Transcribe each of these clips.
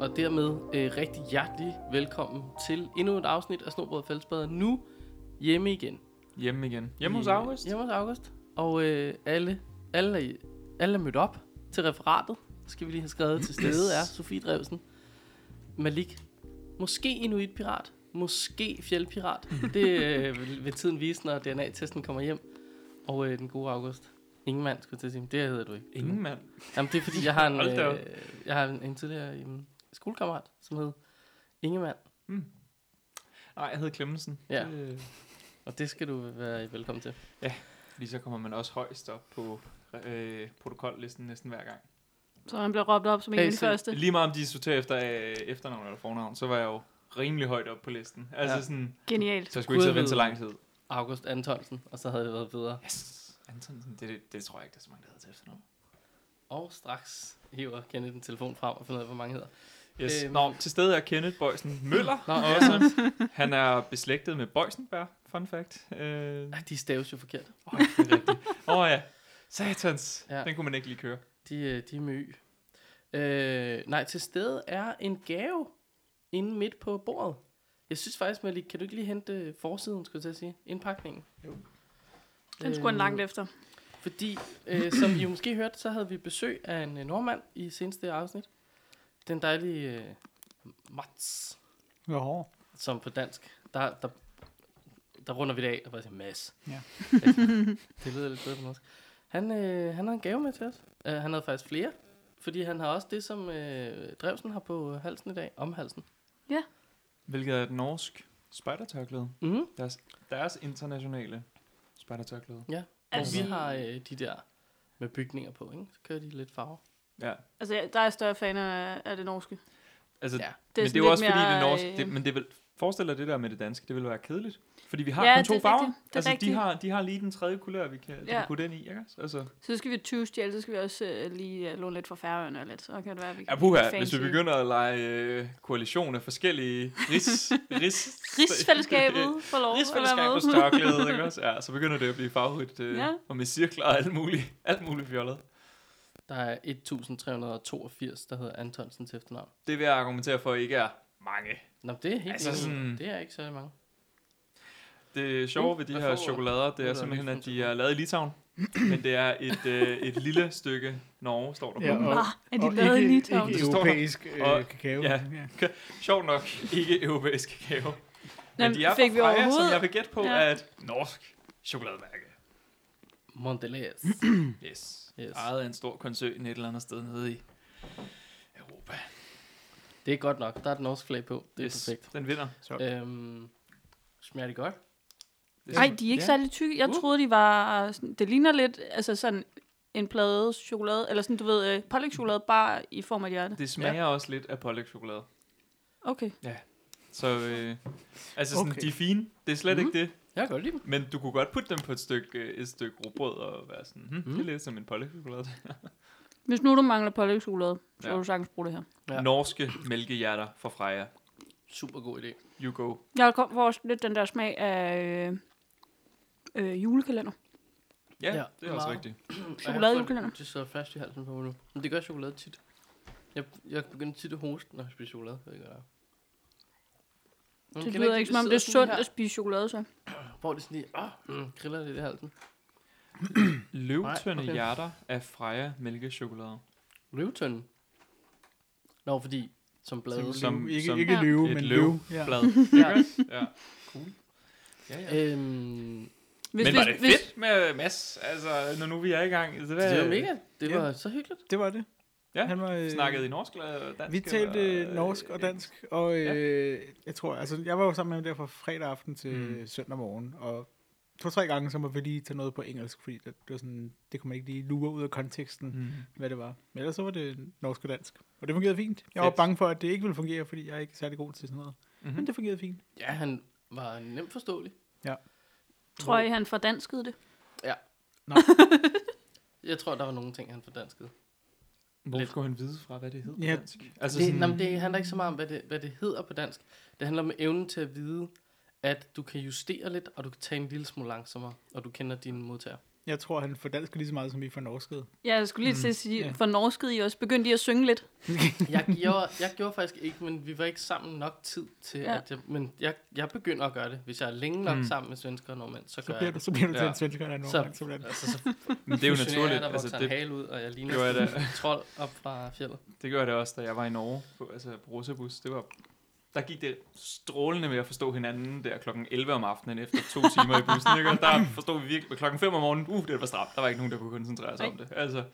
og dermed øh, rigtig hjertelig velkommen til endnu et afsnit af Snobrød og Fællesbader. Nu hjemme igen. Hjemme igen. Hjemme hos Øh, August. Hjemme hos August. Og øh, alle, alle, er, alle er mødt op til referatet. Skal vi lige have skrevet til stede er Sofie Drevsen. Malik. Måske Inuit Pirat. Måske Fjeldpirat. Det øh, vil, vil tiden vise, når DNA-testen kommer hjem. Og øh, den gode August. Ingen mand, skulle jeg til at sige. Men Det hedder du ikke. Ingen mand. Jamen, det er fordi, jeg har en, Hold da op. øh, jeg har en, en tidligere øhm, skolekammerat, som hed Ingemann. Nej, jeg hedder Clemmensen. Ja. Øh, Og det skal du være velkommen til. fordi så kommer man også højst op på øh, protokollisten næsten hver gang. Så han blev råbt op som en Hey, af de se. første. Lige meget om de sorterer efter øh, efternavn eller fornavn, så var jeg jo rimelig højt op på listen. Altså Ja. ja. sådan, Genialt. så jeg skulle ikke sidde og Gud vente så lang tid. August Antonsen, og så havde det været videre. Yes. Antonsen, det, det, det tror jeg ikke, der er så mange, der hedder til efternavn. Og straks hiver Kenneth den telefon frem og finder ud af, hvor mange hedder. Yes. Øhm. Øhm. Nå, til stede er Kenneth Bøjsen Møller. Nå, også. Han er beslægtet med Bøjsenberg, fun fact. Øh, Ej, de staves jo forkert. Åh, det er rigtigt. Åh ja. Satans. Ja. Ja. Den kunne man ikke lige køre. De, øh, de er med y. Øh, nej, til stede er en gave inde midt på bordet. Jeg synes faktisk, Malik, kan du ikke lige hente øh, forsiden, skulle jeg til at sige? Indpakningen. Jo. Den skulle Øh. han Øhm, langt efter. Fordi, øh, som I jo måske hørte, så havde vi besøg af en øh, nordmand i seneste afsnit. Den dejlige øh, Mats, Jo, som på dansk, der, der, der runder vi det af og bare siger Mads. Ja. det lyder lidt bedre på norsk. Han, øh, han har en gave med til os. Uh, han havde faktisk flere, fordi han har også det, som øh, Drevsen har på halsen i dag, om halsen. Hvilket er et norsk spejdertørklæde. Mm-hmm. Deres, deres internationale spejdertørklæde. Altså, Altså- vi har øh, de der med bygninger på, ikke? så kører de lidt farver. Ja. Altså, jeg- der er større fan af, af det norske. Altså, Ja. ja. Men det er sådan jo lidt også fordi, det mere, er norsk. øh, Det, men det vil, forestil dig det der med det danske, det vil være kedeligt. Fordi vi har Ja, kun det to er farver. rigtigt. Det er altså, de rigtigt. har, de har lige den tredje kulør, vi kan, ja. Ja. kan putte den i, ikke? også? Altså, Så skal vi tyvstjæle, så skal vi også øh, lige øh, låne lidt fra færøerne og lidt. Så kan det være, at vi kan ja, puha, hvis fancy. vi begynder at lege øh, koalition af forskellige ris, ris, Rigsfællesskabet får lov at være rigsfællesskabers med. tørklæde, ikke også? Ja, så begynder det at blive farverigt, øh, Ja. ja. og med cirkler og alt muligt, alt muligt fjollet. Der er 1382, der hedder Antonsen til efternavn. Det vil jeg argumentere for, ikke er mange. Nå, men det er helt Altså enig i. sådan- Det er ikke så mange. Det sjove ved de Hvad her får- chokolader, ved det er du, simpelthen, Alexander? at de er lavet i Litauen. Men det er et, øh, et lille stykke Norge, står der på. Ja, Ja. og- Ah, er de og lavet i ikke- Litauen? Ikke Det står der. europæisk øh, Og- kakao. ja. Ja. Sjovt nok, ikke europæisk kakao. Men Jamen, de er fik fra vi Freja, som overhovedet- jeg vil gætte på, Ja. ja. er et norsk chokolademærke. Mondelez. Yes. Yes. yes. Ejet af en stor koncern et eller andet sted nede i Europa. Det er godt nok. Der er et norsk flag på. Det er yes. perfekt. Den vinder. Så, Øhm, smager det godt? Det Nej, de er ikke ja. særlig tykke. Jeg Uh. troede, de var... øh, sådan- Det ligner lidt altså sådan en plade chokolade, eller sådan, du ved, øh, pålægtschokolade bare i form af et hjerte. Det smager ja. også lidt af pålægtschokolade. Okay. Så øh, altså sådan, Okay. de er fine. Det er slet Mhm. mm-hmm. ikke det. Jeg kan godt lide dem. Men du kunne godt putte dem på et stykke, øh, et stykke rugbrød og være sådan, hm, Mm. mm. det er lidt som en pålægtschokolade. Hvis nu du mangler pålægtschokolade, Ja. så kan du sagtens bruge det her. Ja. Ja. Norske mælkehjerter fra Freja. Super god idé. You go. Jeg kom for også lidt den der smag af øh, øh, julekalender. Ja, Ja, ja det er også meget. rigtigt. Chokoladejulekalender. Det, det sidder fast i halsen på mig nu. Men det gør chokolade tit. Jeg, jeg begynder tit at hoste, når jeg spiser chokolade. Jeg ved ikke, hvad der er. Man Det kender lyder ikke som om, det er sidder sundt sådan at spise chokolade, så. Her, hvor det sådan lige, åh, mm, kriller lidt i halsen. Løvtønde Nej, okay. okay. hjerter af Freja mælkechokolade. Løvetønden. Nå, fordi som blade. Som- som, ikke, som ikke et løve, et men løv. løve. Ja. Blad. Ja. ja. Cool. Ja, Øh, ja. Øhm, Hvis, Men var det fedt hvis... med Mads? Altså, når nu vi er i gang. Altså, hvad, det var mega. Det Ja. var så hyggeligt. Det var det. Ja, Han var, øh, Snakkede I norsk eller dansk? Vi talte eller, øh, norsk og engelsk? dansk, og øh, jeg tror, altså, jeg var jo sammen med ham der fra fredag aften til Mm. mm. søndag morgen, og to-tre gange, så må vi lige tage noget på engelsk, fordi det, det var sådan, det kunne man ikke lige lure ud af konteksten, mm. Mm. hvad det var. Men ellers så var det norsk og dansk, og det fungerede fint. Jeg var Fedt. bange for, at det ikke ville fungere, fordi jeg er ikke særlig god til sådan noget. Mm. Men Mm-hmm. det fungerede fint. Ja, han var nemt forståelig. Tror I, han fordanskede det? Jeg tror, der var nogle ting, han fordanskede. Hvor Lidt. skulle han vide fra, hvad det hed på Ja. dansk? Altså, Det, nej, det handler ikke så meget om, hvad det, hvad det hedder på dansk. Det handler om evnen til at vide, at du kan justere lidt, og du kan tage en lille smule langsommere, og du kender dine modtagere. Jeg tror, han fordansker lige så meget, som vi fornorskede. Ja, jeg skulle lige til at sige, ja. for norskede I også. Begyndte I at synge lidt? Jeg gjorde, jeg gjorde faktisk ikke, men vi var ikke sammen nok tid til, Ja. ja. at jeg, men jeg, jeg begynder at gøre det. Hvis jeg er længe nok Mm. mm. sammen med svensker og nordmænd, så, Så gør bliver jeg du, det. så bliver du til Ja. en svensker eller en Så- nordmand. Så bliver det. Altså, så Men det er jo naturligt. Der Altså, vokser en det, hale ud, og jeg ligner Jo, er sådan det- en trold op fra fjellet. det gjorde det også, da jeg var i Norge på altså, på Rosabus. Det var, der gik det strålende med at forstå hinanden der klokken 11 om aftenen efter to timer i bussen. Ikke? Og der forstod vi virkelig klokken 5 om morgenen. Uh, det var stramt. Der var ikke nogen, der kunne koncentrere sig om det. Altså,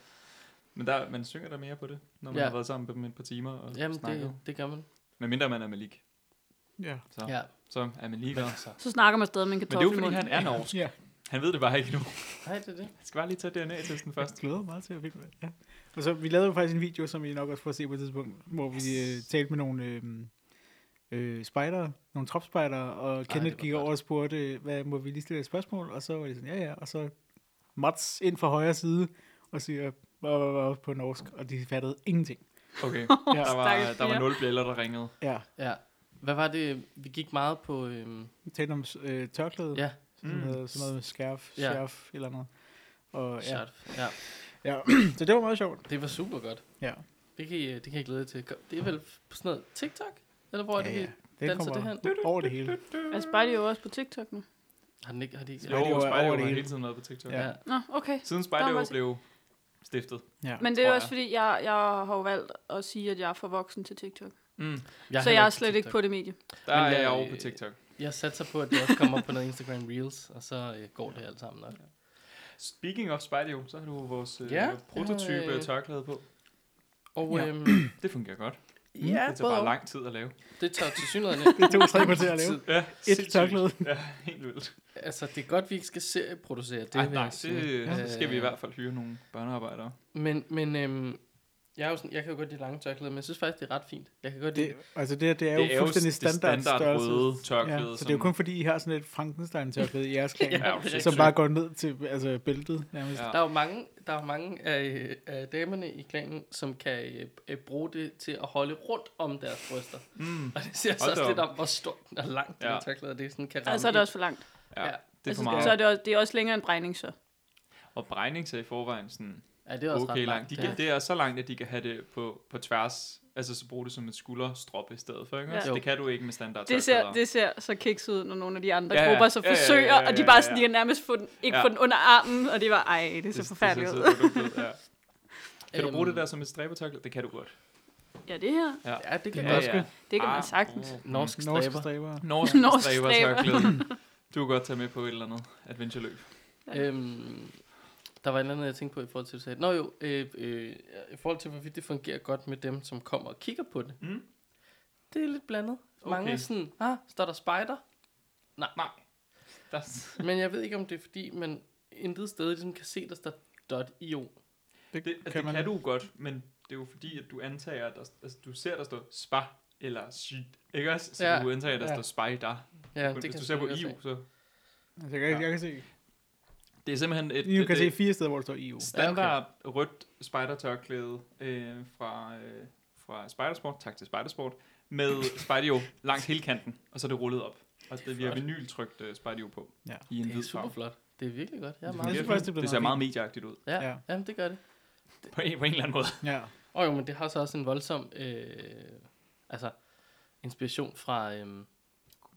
men der, man synger der mere på det, når man Ja. har været sammen med dem et par timer og Jamen, snakket. det, det gør man. Men mindre man er Malik, Ja. så, ja. Ja. så er man ligeglad. altså- Så snakker man stadig med en Men det er jo kartoffel i fordi, munden. han er norsk. ja. Han ved det bare ikke nu. Nej, det er det. Han skal bare lige tage DNA-testen først. Jeg glæder mig meget til at filme. Ja. Og så, vi lavede jo faktisk en video, som I nok også får at se på et tidspunkt, hvor vi øh, talte med nogle øh, øh, spejdere, nogle tropspejdere, og Kenneth det var gik godt. over og spurgte, øh, hvad må vi lige stille et spørgsmål? Og så var det sådan, ja ja, og så Mats ind fra højre side og siger, "Hva, hva, hva," på norsk, og de fattede ingenting. Okay, Ja. der var, Stakkels der var piger. nul bjæller, der ringede. Ja, Ja. Hvad var det? Vi gik meget på... Øhm, vi talte om øh, tørklæde, ja, sådan, Mm. noget, sådan noget med skærf, Ja. skærf eller noget. Og, ja. surf. ja. ja. så det var meget sjovt. Det var super godt. Ja, Det kan I, øh, det kan I glæde jer til. Kom- Det er vel sådan noget TikTok? Eller hvor er det, Ja, ja, ja. ja. danser det hen? over det hele. Er Spidey jo også på TikTok nu? Har den ikke? Har de ikke? Jo, det var Spejderøv over har det hele. hele tiden været på TikTok. Ja. Ja. ja. Nå, okay. Siden Der var Spejderøv også- blev stiftet. Ja. Men det er Tror jo også jeg. fordi, jeg, jeg har jo valgt at sige, at jeg er for voksen til TikTok. Mm. øh, Jeg så heller jeg er slet ikke TikTok. på det medie. Der Men er jeg jeg- over på TikTok. Jeg satser på, at det også kommer på noget Instagram Reels, og så øh, går det alt sammen nok. Speaking of Spejderøv, så har du vores øh, Ja, prototype det var, øh... øh, tørklæde på. Og Ja. øhm, Det fungerer godt. ja, Det tager bare lang tid at lave. det tager til synligheden Det tog tre kvarter at lave. Ja, Et tørklæde. Ja, helt vildt. Altså, det er godt, vi ikke skal serieproducere det. Det, Ej, vil jeg nej, sige. det, Ja. så skal vi i hvert fald hyre nogle børnearbejdere. Men, men øhm, jeg, er jo sådan, jeg kan jo godt lide lange tørklæder, men jeg synes faktisk, det er ret fint. Jeg kan godt lide... Det, altså det, her, det er jo det er fuldstændig det standard, standard størrelse. røde tørklæde. Ja, så det er jo kun fordi, I har sådan et Frankenstein-tørklæde i jeres klan, Ja, ja, det er som rigtigt. bare går ned til altså, bæltet nærmest. Ja. Der er jo mange, der er jo mange af, af damerne i klanen, som kan øh, øh, bruge det til at holde rundt om deres bryster. Mm, Og det siger så Hold da også lidt op. om, hvor stort og langt det Ja. ja. tørklæde det sådan kan ramme. Altså, så er det også for langt. Altså, ja, Ja. det er for Så er meget. det, også, det er også længere end bregning, så. Og Brejning er i forvejen sådan ind. ja, det er også okay ret langt. De ja. kan, Det er så langt, at de kan have det på, på tværs. Altså så bruge det som et skulderstrop i stedet for, ikke? Ja. Ja. Det kan du ikke med standard Det ser, det ser så kikset ud, når nogle af de andre Ja, ja. grupper så Ja, ja, ja, forsøger, ja, ja, og de bare ja, sådan, ja. de kan nærmest få den, ikke Ja. få den under armen, og det var, ej, det er så forfærdeligt ud. ud. Ja. Kan du bruge det Øhm, der som et stræbetørklæde? Det kan du godt. Ja, Ah, det her, Ja, det kan ja, Det er godt. Ja. uh, det kan man Ah, sagtens. Norsk Norske stræber. stræber. Mm. Norsk, Norsk Norsk stræber. stræbetørklæde. Du kan godt tage med på et eller andet adventureløb. Øhm, der var et eller andet, jeg tænkte på i forhold til, du sagde. Nå jo, øh, øh, i forhold til, hvorvidt det fungerer godt med dem, som kommer og kigger på det. Mm. Det er lidt blandet. Mange Okay. er sådan, ah, står der spider? Nej. Der, Men jeg ved ikke, om det er fordi, man intet sted ligesom kan se, der står .io. Det, det, altså, det kan du godt, men det er jo fordi, at du antager, at der, altså, du ser, der står spa eller shit, ikke også? Så Ja. du antager, at der står Ja. spider. Ja, Hvis kan du ser på selvfølgelig EU, godt så... Altså, jeg, kan, jeg kan se, Det er simpelthen et... I det- kan det- se fire steder, hvor der står E EU. Standard ja, okay. rødt spejdertørklæde øh, fra, øh, fra Spejdersport, tak til Spejdersport, med Spejdio langs hele kanten, og så er det rullet op. Og det, vi har flot. vinyltrykt uh, Spejdio på Ja. i se. en Det hvid er super farve. flot. Det er virkelig godt. Jeg er meget Det fungerer. Det, synes faktisk, det det, blev det ser meget meget fint. medieagtigt ud, Ja, Ja. ja. Jamen, det gør det. på en, på en eller anden måde. Ja. Og jo, men det har så også en voldsom øh, altså, inspiration fra øh,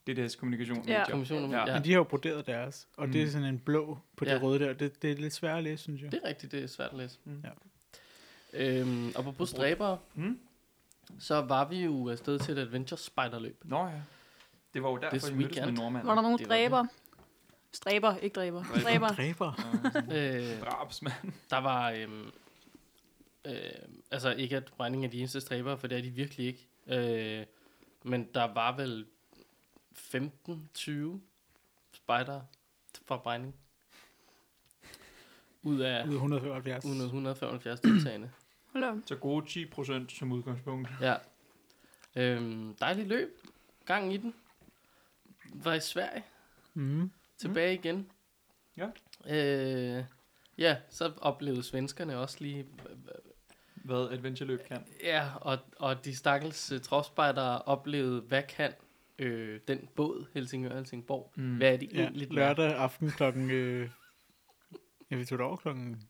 Det er deres kommunikation. Ja. medier. kommissionen. Ja. Ja. Men ja. de har jo broderet deres, og det er Mm. sådan en blå på det Ja. røde der. Det, det er lidt svært at læse, synes jeg. Det er rigtigt, det er svært at læse. Mm. Ja. Øhm, og på stræbere, Mm. så var vi jo afsted til et adventure spejderløb. Nå ja. Det var jo derfor, This vi mødtes med weekend. nordmanden. Var der nogle det var dræber? Stræber, ikke dræber. Dræber. Dræber. Dræber. Mm. øh, Drabsmand. der var... Øhm, øh, altså ikke, at brænding er de eneste stræbere, for det er de virkelig ikke. Øh, men der var vel 15-20 spejder fra brænding. Ud af Ude 175. 175 deltagende. Hold da op. Så gode 10% som udgangspunkt. Ja. Øhm, dejlig løb. Gang i den. Var i Sverige. Mm. Tilbage igen. Ja. Øh, ja, så oplevede svenskerne også lige... Hvad adventureløb kan. Ja, og, og de stakkels uh, tropspejdere oplevede, hvad kan øh, den båd Helsingør og Helsingborg? Mm. Hvad er det Ja. egentlig? den er? Lørdag aften klokken øh, Ja, vi tog det over klokken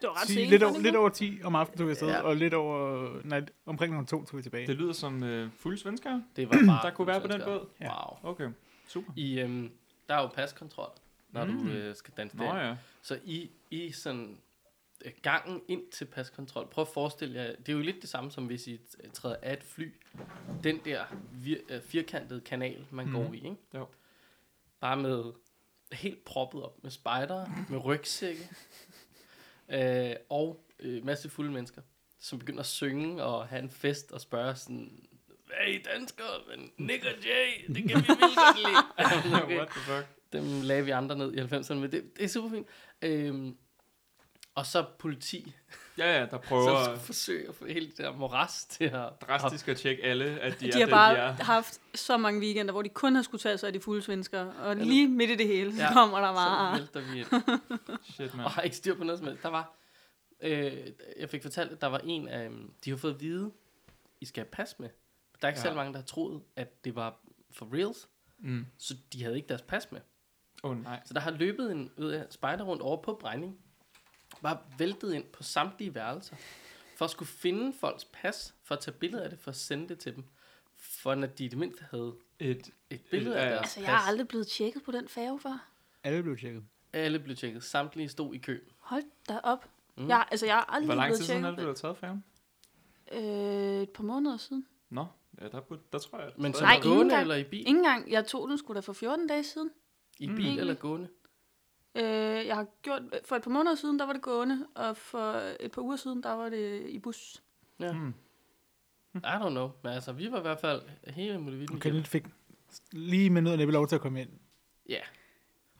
Det var ret 10, sent. lidt, var over, det lidt ikke? over 10 om aftenen tog vi afsted, Ja. ja. og lidt over, nej, omkring nogle to tog vi tilbage. Det lyder som øh, fulde svenskere. Det var bare... Der kunne være på den svenskere. båd. Ja. Wow. Okay, super. I, øhm, der er jo paskontrol, når mm. du øh, skal danse Nå derinde. ja. Så i, i sådan øh, gangen ind til paskontrol, prøv at forestille jer, det er jo lidt det samme som hvis I t- træder af et fly. Den der vir, øh, firkantede kanal, man mm. går i, ikke? Jo. Bare med helt proppet op med spejdere, med rygsække øh, og øh, masse fulde mennesker, som begynder at synge og have en fest og spørge sådan, hvad er I danskere? Men Nick og Jay, det kan vi vildt godt lide. What the fuck? Dem lagde vi andre ned i 90'erne, men det, det er super fint. Øhm, og så politi, Ja, ja, der som prøver skal forsøge at få hele det der moras til at... drastisk at tjekke alle, at de, De er har det, bare de er. haft så mange weekender, hvor de kun har skulle tage sig af de fulde svenskere. Og lige midt i det hele, så Ja. kommer der Så bare... vælter vi et Shit, mand. og har ikke styr på noget som helst. Der var, øh, jeg fik fortalt, at der var en af, øhm, de har fået at vide, I skal have pas med. Der er ikke ja. Ja. særlig mange, der har troet, at det var for reals, Mm. så de havde ikke deres pas med. Oh, nej. Så der har løbet en ud af spejder rundt over på Brejning, bare væltet ind på samtlige værelser, for at skulle finde folks pas, for at tage billeder af det, for at sende det til dem. For når de i det mindste havde Et, et billede af Ja, ja. deres Altså, jeg er pas. aldrig blevet tjekket på den færge før. Alle blev tjekket. Alle blev tjekket, samtlige stod i kø. Hold da op. Mm. Jeg, altså, jeg er aldrig hvor lang blevet tid siden er tjekket. det, du har taget færgen? Øh, et par måneder siden. Nå, ja, der, burde- der tror jeg. at- Men så Nej, Nej, ingen gående gang. eller i bil? Ingen gang. Jeg tog den skulle da for 14 dage siden. I bil eller gående? Øh, jeg har gjort... For et par måneder siden, der var det gående, og for et par uger siden, der var det i bus. Ja. Mm. I don't know. Men altså, vi var i hvert fald hele muligheden. Okay, lidt fik lige med nød og næppe lov til at komme ind. Ja.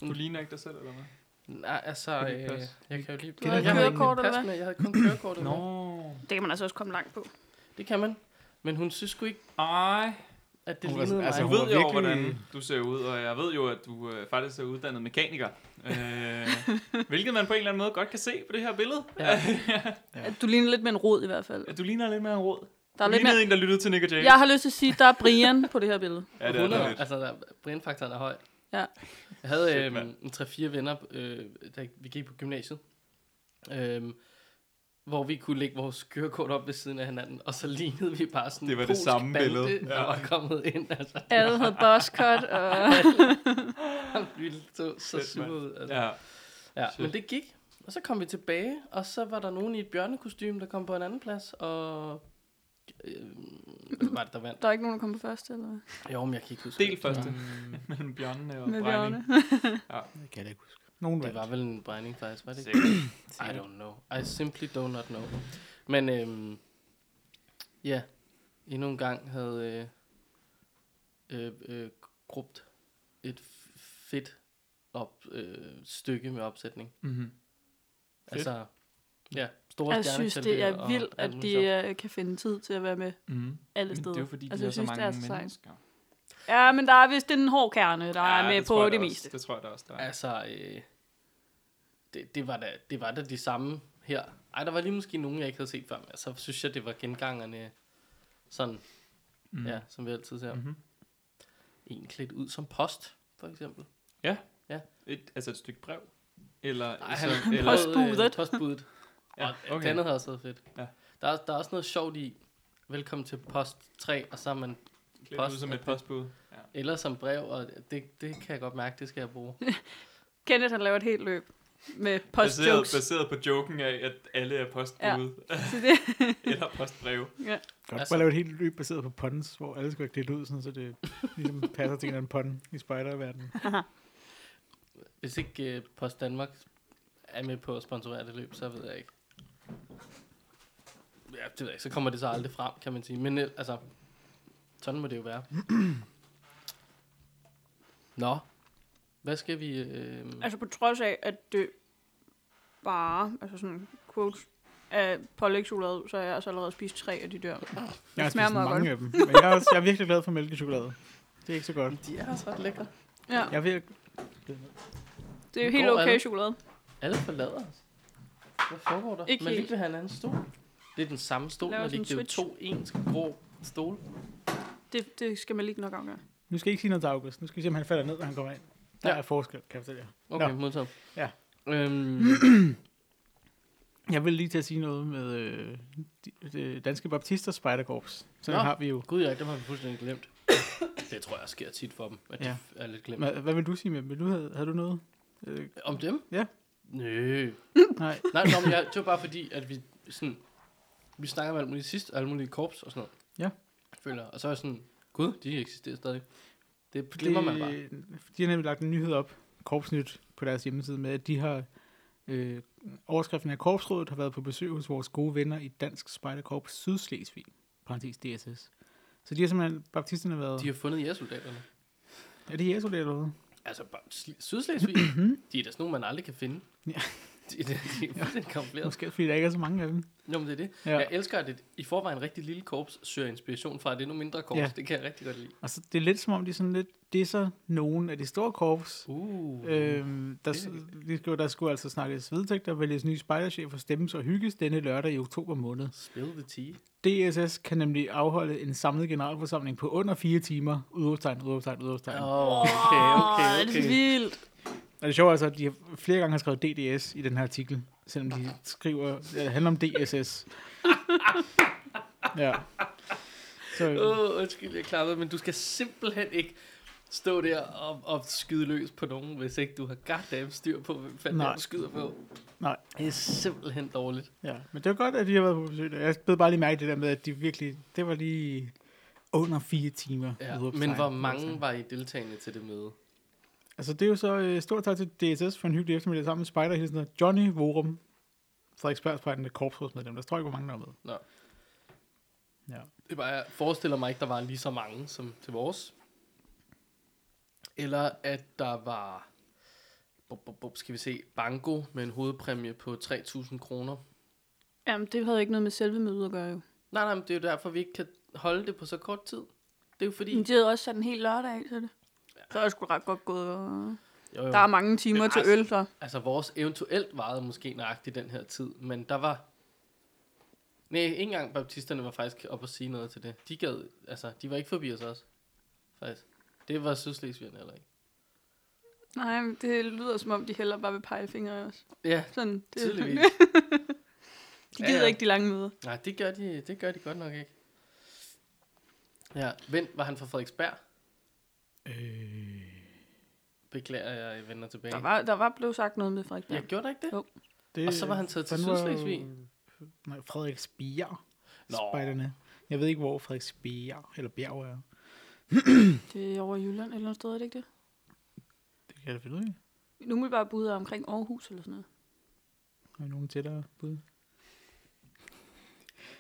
Du ligner ikke dig selv, eller hvad? Nej, altså, Kan øh, det passe? jeg kan jo lige... Du havde jeg havde ikke kørekort, mit pas eller hvad? med. Jeg havde kun kørekortet Nå. med. Det kan man altså også komme langt på. Det kan man. Men hun synes sgu ikke, Ej. at det Hun var- lignede altså, mig. Jeg hun ved var jo, virkelig- hvordan du ser ud, og jeg ved jo, at du øh, faktisk er uddannet mekaniker. Øh, hvilket man på en eller anden måde godt kan se på det her billede. Øh, Ja. Ja. Du ligner lidt med en rod i hvert fald. Du ligner lidt mere en råd. Der er du lidt lignede mere... en, der lyttede til Nick og Jay. Jeg har lyst til at sige, der er Brian på det her billede. ja det er 100, der lidt. altså der, brinfaktoren er høj. Ja. Jeg havde Shit, øhm, mand. en 3-4 venner, øh, da vi gik på gymnasiet, øhm, hvor vi kunne lægge vores kørekort op ved siden af hinanden, og så lignede vi bare sådan Det var en det polsk samme bande, billede. der Ja. var kommet ind. Altså, Alle havde buzzcut, og... vi så, så Shit, sure mand. ud. Altså. Ja. Ja, Shit. men det gik. Og så kom vi tilbage, og så var der nogen i et bjørnekostyme, der kom på en anden plads, og... Øh, hvem var det, der vandt? Der er ikke nogen, der kommer først, eller hvad? Jo, men jeg kan ikke huske. Del første. Mellem bjørnene og Med Brejning. bjørne. Det kan Øhm, jeg ikke huske. Nogen Det vandt. var vel en brænding, faktisk, var det ikke? Sikkert. I don't know. I simply do not know. Men øhm, ja, endnu en gang havde øh, øh, øh, grubt et f- fedt op, øh, stykke med opsætning. Mhm. Altså, ja, store Jeg synes, stjernekalvøer det er og vildt, alt at muligt de sjovt. øh, kan finde tid til at være med Mhm. alle Men det steder. er jo fordi, de Altså, altså, har jeg så synes, det mange er så sejt. mennesker. Ja, men der er vist en hård kerne, der ja, er med tror på jeg det da også. meste. Det tror jeg da også, der er. Altså, øh, det, det, var da, det var da de samme her. Ej, der var lige måske nogen, jeg ikke havde set før, men så synes jeg, det var gengangerne, sådan, mm. ja, som vi altid ser. Mm-hmm. En klædt ud som post, for eksempel. Ja. Ja. Et, altså et stykke brev? Eller, Ej, så, han eller Postbudet. Øh, postbudet. Ja, ja, okay. okay. Det andet havde også været fedt. Ja. Der, er, der er også noget sjovt i, velkommen til post 3, og så er man klædt ud post- som et postbud. Ja. eller som brev, og det, det kan jeg godt mærke, det skal jeg bruge. Kenneth har lavet et helt løb med Baseret, postjokes. baseret på joken af, at alle er postbud. Ja. Så det, eller postbreve. ja. Godt. Altså- Bare lave et helt løb baseret på puns, hvor alle skal være klædt ud, sådan, så det ligesom passer til en eller anden pun i spejderverdenen. Hvis ikke øh, Post Danmark er med på at sponsorere det løb, så ved jeg ikke. Ja, det ved jeg ikke. Så kommer det så aldrig frem, kan man sige. Men øh, altså, sådan må det jo være. Nå, hvad skal vi... Øh, Altså på trods af, at det bare, altså sådan quotes, af pålægtschokolade, så har jeg altså allerede spist tre af de der. Jeg har smager meget spist mange af dem, men jeg er, også, jeg er virkelig glad for mælkechokolade. Det er ikke så godt. de er også ret lækre. Ja, Jeg er virkelig... det Går er helt okay alle. chokolade. Alle forlader os. Hvad foregår der? Ikke Ikke Man lige helt. vil have en anden stol. Det er den samme stol, Laver men sådan det er jo en switch. to ens grå stole. Det, det skal man lige nok afgøre. Nu skal jeg ikke sige noget til August. Nu skal vi se, om han falder ned, når han kommer ind. Der Ja. ja. er forskel, kan jeg fortælle jer. Okay, Nå. modtaget. Ja. Øhm, Jeg vil lige til at sige noget med øh, de, de Danske Baptister Spejderkorps. Så Nå. har vi jo. gud ja, dem har vi fuldstændig glemt. det tror jeg sker tit for dem, at de Ja. er lidt glemt. Hva, hvad vil du sige med dem? Du havde, havde du noget? Øh, Om dem? Ja. Nø. nej. Nej, nå, men jeg, det var bare fordi, at vi sådan, vi snakker om alt muligt sidst, alle mulige korps og sådan noget. Ja. Føler, jeg. og så er jeg sådan, gud, de eksisterer stadig. Det glemmer man bare. De har nemlig lagt en nyhed op, Korpsnyt, på deres hjemmeside med, at de har... Øh, overskriften af Korpsrådet har været på besøg hos vores gode venner i Dansk Spejderkorps Sydslesvig, parentes DSS. Så de har simpelthen, baptisterne har været... De har fundet jægersoldaterne. Er det jeres eller noget? Altså, bare Sl- Sydslesvig, de er da sådan nogle, man aldrig kan finde. Mm-hmm. Ja. De, de, de er fuldstændig kompliceret. Måske fordi der ikke er så mange af dem. Nå, men det er det. Ja. Ja. Jeg elsker, at et i forvejen rigtig lille korps søger inspiration fra et endnu mindre korps. Ja. Ja. Det kan jeg rigtig godt lide. Og så, Altså, det er lidt som om, de er sådan lidt disser nogen af de store korps. Uh. Øhm, der, det- de skriver, der skulle altså snakkes vedtægter, vælges nye spejderchef og stemmes og hygges denne lørdag i oktober måned. Spill the tea. DSS kan nemlig afholde en samlet generalforsamling på under fire timer. Udråbstegn, udråbstegn, udråbstegn. Åh, Oh. oh, okay, okay, Åh, Er det okay. vildt? Og det sjove er så, at de har flere gange har skrevet DDS i den her artikel, selvom de skriver, at det handler om DSS. ja. Så, øh, Åh, oh, undskyld, jeg klappede, men du skal simpelthen ikke stå der og, og skyde løs på nogen, hvis ikke du har goddamn styr på, hvem fanden det er, Nej. du skyder på. nej. Det er simpelthen dårligt. Ja, men det var godt, at de har været på besøg. der. Jeg blev bare lige mærke i det der med, at de virkelig, det var lige under fire timer. Ja. udråbstegn, Men hvor udråbstegn. mange var I deltagende til det møde? Altså, det er jo så øh, stort tak til DSS for en hyggelig eftermiddag sammen med spejderhilsener Johnny Vorum, Frederiksbergspejderne korpsrådsmedlem. Der står ikke, hvor mange der er med. Nå. Ja. Det var, jeg forestiller mig ikke, der var lige så mange som til vores. Eller at der var, bup, bup, bup, skal vi se, banko med en hovedpræmie på 3.000 kroner. Jamen, det havde ikke noget med selve mødet at gøre jo. Nej, nej, men det er jo derfor, vi ikke kan holde det på så kort tid. Det er jo fordi... Men de havde også sat en hel lørdag af til det. Så er det sgu ret godt gået. Og... Jo, jo. Der er mange timer Men til altså- øl, så. Altså vores eventuelt varede måske nøjagtigt den her tid, men der var... Nej, ikke engang baptisterne var faktisk op og sige noget til det. De gad, altså, de var ikke forbi os også, faktisk. Det var Sydslesvigerne heller ikke. Nej, men det lyder som om, de heller bare vil pege fingre også. Ja, Sådan, det, tydeligvis. de gider Ja, ja. ikke de lange møder. Nej, det gør, de, det gør de godt nok ikke. Ja, vent, var han fra Frederiksberg? Øh, Beklager, jeg vender tilbage. Der var, der var blevet sagt noget med Frederik Jeg gjorde da ikke det? Jo. det, Og så var han taget til var- Sydslesvig. Nej, Frederiksbjerg. Nå. Spejderne. Jeg ved ikke, hvor Frederiksbjerg eller bjerg er. Det er over i Jylland et eller andet sted, er det ikke det? Det kan jeg da finde ud af. Nu må vi bare bud omkring Aarhus eller sådan noget. Har vi nogen tættere bud?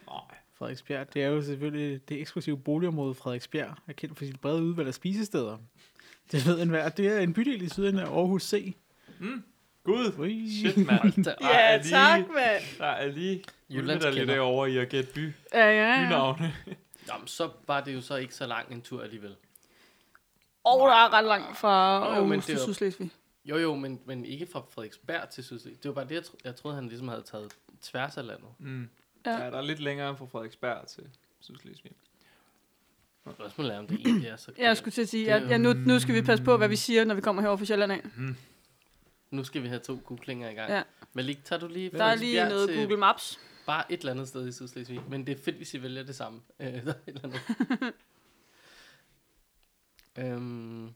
Nej. Frederiksbjerg, det er jo selvfølgelig det eksklusive boligområde Frederiksbjerg, er kendt for sit brede udvalg af spisesteder. Det ved enhver. Det er en bydel i siden af Aarhus C. Gud, Ui. shit, mand. Der- Der er lige- mand. Der er lige Jyllandskender. Jylland lidt over i at gætte by, Ja, ja, ja. bynavne. Jamen, så var det jo så ikke så lang en tur alligevel. Og der er ret langt fra men Aarhus det til er jo- Sydslesvig. Jo, jo, men, men ikke fra Frederiksberg til Sydslesvig. Det var bare det, jeg, tro- jeg troede, han ligesom havde taget tværs af landet. Mm. Ja. Ja. ja, der er lidt længere fra Frederiksberg til Sydslesvig. Spørgsmålet er, om det egentlig er så Jeg skulle til at sige, Det er at ja, nu, nu skal vi passe på, hvad vi siger, når vi kommer herover fra Sjælland af. Nu skal vi have to googlinger i gang. Ja. Malik, tager du lige Der er lige Frederiksbjerg noget til Google Maps. Bare et eller andet sted i Sydslesvig. Men det er fedt, hvis I vælger det samme. Øh, der er et eller andet. øhm,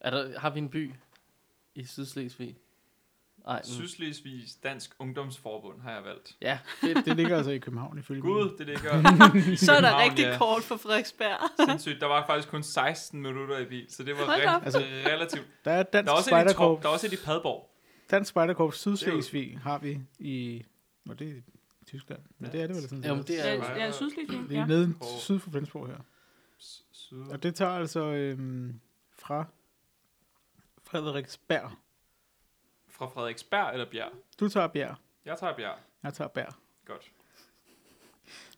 er der, har vi en by i Sydslesvig? Nej, mm. Syd- Sydslesvigs Dansk Ungdomsforbund har jeg valgt. Ja, fedt. Det ligger altså i København ifølge min- Gud, det ligger i Så er der København, rigtig ja. kort for Frederiksberg. Sindssygt. Der var faktisk kun 16 minutter i bil, så det var Hold op. re- altså, relativt. Der er Der Dansk er, også et i Torp, Spejderkorps. der er også et i Padborg. Dansk Spejderkorps Sydslesvig har vi i... Nå, det er i Tyskland. Men Ja. det er det vel sådan Jo, men det er jo... Ja, ja Sydslesvig. Det er Ja. nede Kort. syd for Flensborg her. S- Syd. Og det tager altså øhm, fra Frederiksberg. Fra Frederiksberg eller Bjerg? Du tager Bjerg. Jeg tager Bjerg. Jeg tager Bjerg. Godt.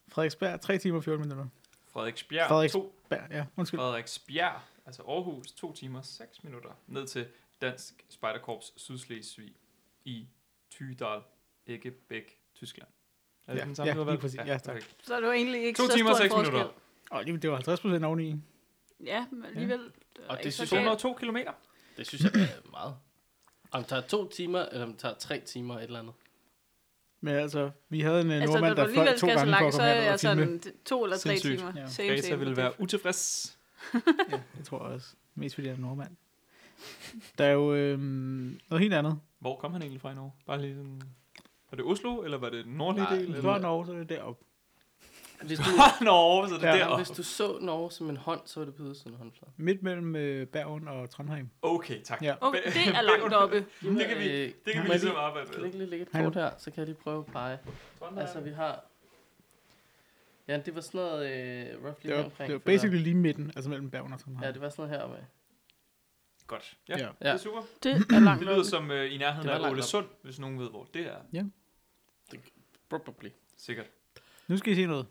Frederiksberg, 3 timer og 14 minutter. Frederiksbjerg, Frederiks- Frederiks... to. Bjerg, ja, undskyld. Frederiksbjerg, altså Aarhus, 2 timer 6 minutter. Ned til Dansk Spejderkorps Sydslesvig i Tydal, Eggebæk, Tyskland. Er det Ja, den samme, du ja, har lige valgt? præcis. Ja, tak. perfekt. Så er det jo egentlig ikke To så timer stor en 6 forskel. minutter. Og det, det var 50 procent oveni. Ja, men alligevel. Og det synes jeg- 202 kilometer. Det synes jeg er meget. Om det tager to timer, eller om det tager tre timer, et eller andet. Men altså, vi havde en altså, Altså, nordmand, når du der fløj alligevel to skal så gange for at langt, så komme er her jeg og time. sådan t- to eller tre Sindssygt. timer. Ja. Same, Greta same. ville være utilfreds. Jeg tror også, mest fordi jeg er nordmand. Der er jo øhm, noget helt andet. Hvor kom han egentlig fra i Norge? Bare lige sådan... Var det Oslo, eller var det den nordlige Nej, del? Hvis Eller? du var Norge, så er det deroppe. Hvis du, Fra Norge, så det Ja, ja, ja, der. hvis du så Norge som en hånd, så var det på ydersiden af håndfladen. Midt mellem øh, Bergen og Trondheim. Okay, tak. Ja. Okay, det er langt Bævn. oppe. Det kan Øh, vi, det kan må vi jeg ligesom lige- arbejde Kan du med. ikke lige lægge et Hallo. kort her, så kan jeg lige prøve at pege. Altså, vi har... Ja, det var sådan noget øh, roughly Det var, omkring. det var føler jeg. basically lige midten, altså mellem Bergen og Trondheim. Ja, det var sådan noget heroppe. Godt. Ja, Ja. ja, det er super. Det er langt Det lyder oppe. som øh, i nærheden Det var af langt Ole op. Sund, hvis nogen ved, hvor det er. Probably. Sikkert. Nu skal I se noget.